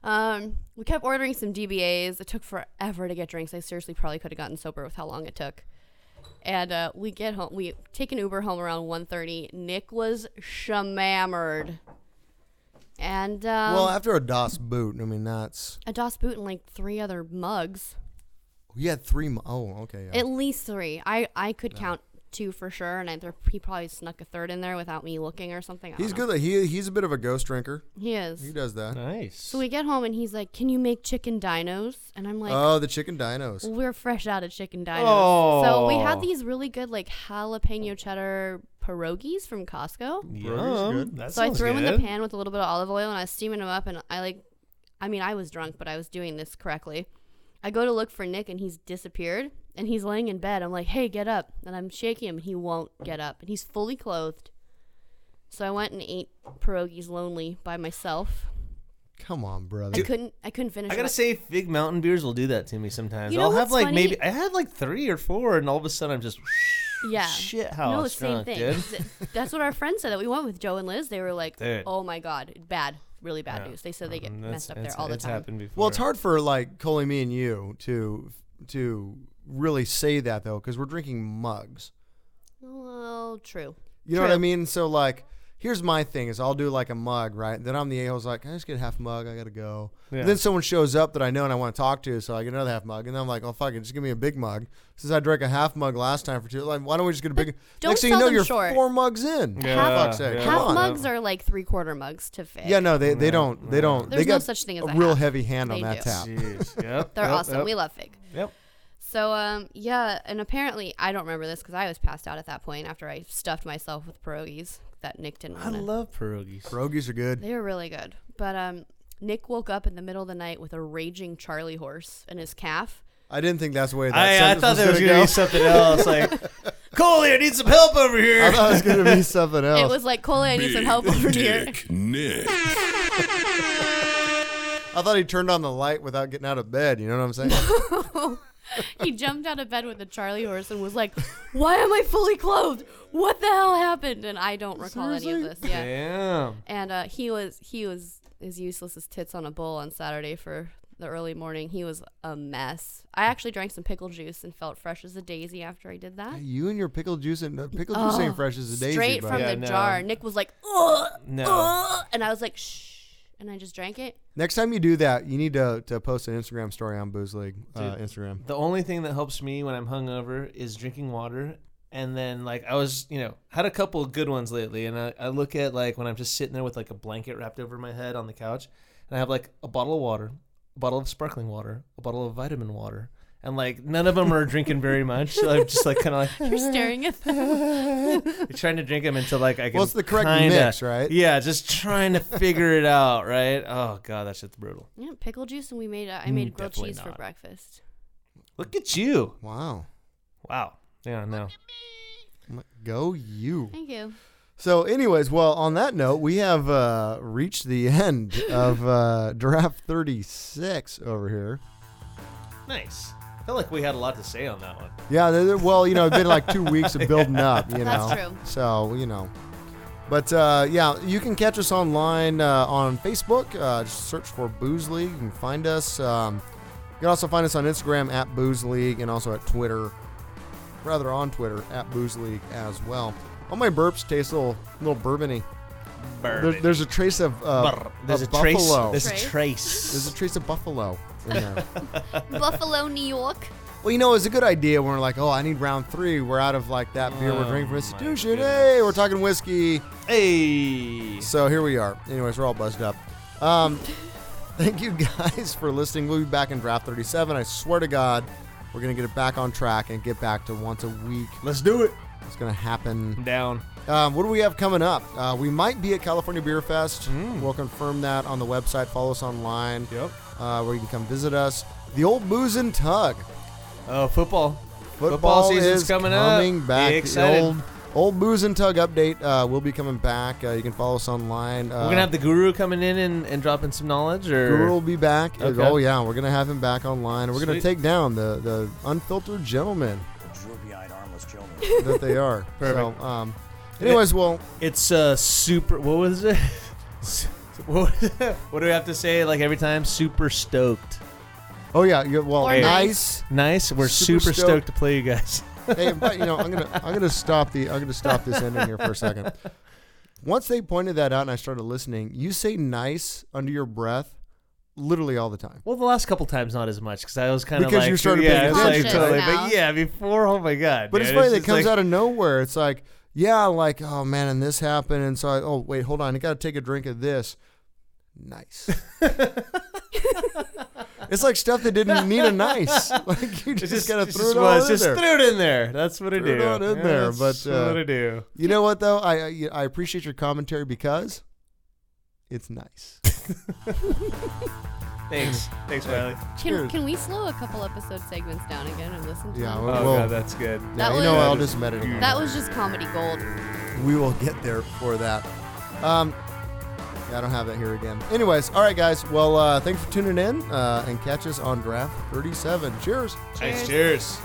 G: Um, we kept ordering some DBAs. It took forever to get drinks. I seriously probably could have gotten sober with how long it took. And uh, we get home. We take an Uber home around 1.30. Nick was shammered. And um,
E: well, after a DOS boot, I mean, that's.
G: a DOS boot and like three other mugs.
E: You had three. mo- Oh, okay. Yeah.
G: At least three. I, I could count two for sure, and I, there, he probably snuck a third in there without me looking or something. I
E: he's
G: don't know.
E: good. at- He, he's a bit of a ghost drinker.
G: He is.
E: He does that.
F: Nice.
G: So we get home, and he's like, Can you make chicken dinos? And I'm like,
E: oh, the chicken dinos.
G: We're fresh out of chicken dinos. So
F: Oh.
G: we had these really good, like, jalapeno cheddar pierogies from Costco.
F: Yum. That
G: so I
F: sounds
G: threw them in
F: good.
G: the pan with a little bit of olive oil, and I was steaming them up, and I, like, I mean, I was drunk, but I was doing this correctly. I go to look for Nick and he's disappeared and he's laying in bed. I'm like, hey, get up. And I'm shaking him and he won't get up. And he's fully clothed. So I went and ate pierogies lonely by myself.
E: Come on, brother.
G: I couldn't I couldn't finish
F: I gotta
G: my-
F: say, Fig Mountain beers will do that to me sometimes.
G: You know
F: I'll have
G: what's
F: like
G: funny?
F: maybe I had like three or four, and all of a sudden I'm just
G: yeah.
F: shit house
G: No, same
F: drunk,
G: thing.
F: dude.
G: Th- That's what our friends said that we went with Joe and Liz. They were like,
F: Dude.
G: oh my God, bad, really bad
F: Yeah.
G: news. They said they get
F: Mm,
G: messed up there
F: it's-
G: all the
F: it's
G: time.
F: happened before.
E: Well, it's hard for like Coley, me, and you to to really say that though, because we're drinking mugs.
G: Well, true.
E: You know what I
G: True.
E: mean? So like, here's my thing: is I'll do like a mug, right? Then I'm the a hole's like, I just get a half mug. I gotta go.
F: Yeah.
E: Then someone shows up that I know and I want to talk to, so I get another half mug, and then I'm like, oh fuck it, just give me a big mug. Since I drank a half mug last time for two, like, why don't we just get a big?
G: don't
E: Next thing you
G: sell
E: know,
G: them
E: you're
G: short.
E: four mugs in.
F: Yeah,
E: For fuck's sake,
F: yeah.
E: come
G: Half
E: on.
G: mugs are like three quarter mugs to fit.
E: Yeah, no, they, they don't they don't they
G: There's no
E: got
G: such thing as
E: a
G: a
E: real
G: half.
E: heavy hand on
G: They
E: that
G: do.
E: tap.
F: Jeez. Yep.
G: They're
F: yep,
G: awesome.
F: Yep.
G: We love Fig.
F: Yep.
G: So um yeah, and apparently I don't remember this because I was passed out at that point after I stuffed myself with pierogies that Nick didn't
F: I
G: want.
F: love pierogies.
E: Pierogies are good.
G: They were really good, but um Nick woke up in the middle of the night with a raging Charlie horse in his calf.
E: I didn't think that's the way that
F: I, I
E: sentence
F: thought there was
E: gonna
F: going to
E: go.
F: be something else. Like, Coley, I need some help over here.
E: I thought it was going to be something else.
F: Oh,
G: It was like, Cole, I need some help over here.
E: Nick. I thought he turned on the light without getting out of bed. You know what I'm saying?
G: he jumped out of bed with a Charlie horse and was like, "Why am I fully clothed? What the hell happened?" And I don't recall any of this. Yeah.
F: Damn.
G: And uh, he was he was as useless as tits on a bowl on Saturday for the early morning. He was a mess. I actually drank some pickle juice and felt fresh as a daisy after I did that.
E: you and your pickle juice and no, pickle juice ain't
G: Oh,
E: fresh as a daisy.
G: Straight
E: bud.
G: from the jar. Nick was like, "Ugh,
E: No.
G: ugh," and I was like, "Shh," and I just drank it.
E: Next time you do that, you need to, to post an Instagram story on Booze League uh,
F: Dude.
E: Instagram.
F: The only thing that helps me when I'm hungover is drinking water. And then, like, I was, you know, had a couple of good ones lately. And I, I look at, like, when I'm just sitting there with, like, a blanket wrapped over my head on the couch, and I have, like, a bottle of water, a bottle of sparkling water, a bottle of vitamin water. And, like, none of them are drinking very much. So I'm just, like, kind of like,
G: You're staring at them.
F: trying to drink them until, like, I can.
E: Well, it's the correct
F: kinda-
E: mix, right?
F: Yeah, just trying to figure it out, right? Oh, God, that shit's brutal.
G: yeah, pickle juice, and we made uh, I
F: Mm,
G: made grilled
F: definitely
G: cheese for
F: not.
G: breakfast.
F: Look at you.
E: Wow.
F: Wow. Yeah, no.
E: Go you.
G: Thank you.
E: So, anyways, well, on that note, we have uh, reached the end of uh, draft 36 over here.
F: Nice. I felt like we had a lot to say on that one.
E: Yeah, there- there- well, you know, it's been like two weeks of building up, you know.
F: That's true.
E: So, you know. But uh, yeah, you can catch us online uh, on Facebook. Uh, just search for Booze League. You can find us. Um, you can also find us on Instagram at Booze League and also at Twitter, rather on Twitter at Booze League as well. All my burps taste a little, little bourbony. There, there's a trace of, uh,
F: Burp. There's
E: of
F: a trace-
E: buffalo.
F: there's a Trace. trace.
E: There's a trace of buffalo in there.
G: Buffalo, New York.
E: Well, you know, it was a good idea when we're like, oh, I need round three. We're out of like that beer we're
F: Oh,
E: drinking for
F: my
E: institution. Hey, we're talking whiskey.
F: Hey.
E: So here we are. Anyways, we're all buzzed up. Um, thank you guys for listening. We'll be back in draft 37. I swear to God, we're going to get it back on track and get back to once a week.
F: Let's do it.
E: It's going to happen.
F: Down.
E: Um, what do we have coming up? Uh, we might be at California Beer Fest. We'll confirm that on the website. Follow us online.
F: Mm. Yep.
E: Uh, where you can come visit us. The old booze and tug.
F: Oh, football.
E: Football,
F: season's
E: is
F: coming, up.
E: back.
F: Be
E: The
F: excited.
E: Old, old booze and tug update uh, will be coming back. Uh, you can follow us online. Uh,
F: We're gonna have the guru coming in and, and dropping some knowledge, or
E: Guru will be back.
F: Okay.
E: Oh yeah, we're gonna have him back online. We're gonna
F: Sweet.
E: take down the the unfiltered gentlemen
O: Droopy-eyed, armless children.
E: that they are.
F: Perfect.
E: So, um, anyways, well,
F: it's uh super. What was it? Su- what, what do we have to say like every time? Super stoked.
E: oh yeah, you well,
F: Hey.
E: nice.
F: Nice. We're
E: Super
F: super,
E: stoked.
F: stoked. to play you guys.
E: hey, but you know, I'm gonna I'm gonna stop the I'm gonna stop this ending here for a second. Once they pointed that out and I started listening, you say nice under your breath, literally all the time.
F: Well, the last couple times not as much because I was kind of
E: Because
F: like,
E: you started
F: yeah,
E: paying
F: it's like,
E: attention.
F: totally,
E: Conscious
F: but yeah, before, oh my god.
E: But
F: dude,
E: it's funny that it
F: just
E: comes
F: like-
E: out of nowhere. It's like, yeah, like, oh man, and this happened, and so I, oh wait, hold on, I gotta take a drink of this. Nice. it's like stuff that didn't need a nice. Like you
F: It
E: just,
F: just-
E: gotta
F: it
E: throw
F: just
E: it all
F: was-
E: in
F: just
E: there.
F: threw it in there. That's what I
E: Threw it
F: do.
E: on in
F: Yeah,
E: there.
F: that's
E: But uh,
F: what I do.
E: You know what though? I I, I appreciate your commentary because it's nice.
F: Thanks, thanks, Riley.
G: Can, can we slow a couple episode segments down again and listen to
E: Yeah,
G: them?
E: well,
F: Oh,
E: we'll-
F: God, that's good.
E: Yeah,
G: That
E: you know,
G: was-
E: what? I'll just meditate. on
G: That was just comedy gold.
E: We will get there for that. Um, yeah, I don't have it here again. Anyways, all right, guys. Well, uh, thanks for tuning in uh, and catch us on draft 37. Cheers.
F: Thanks. Cheers.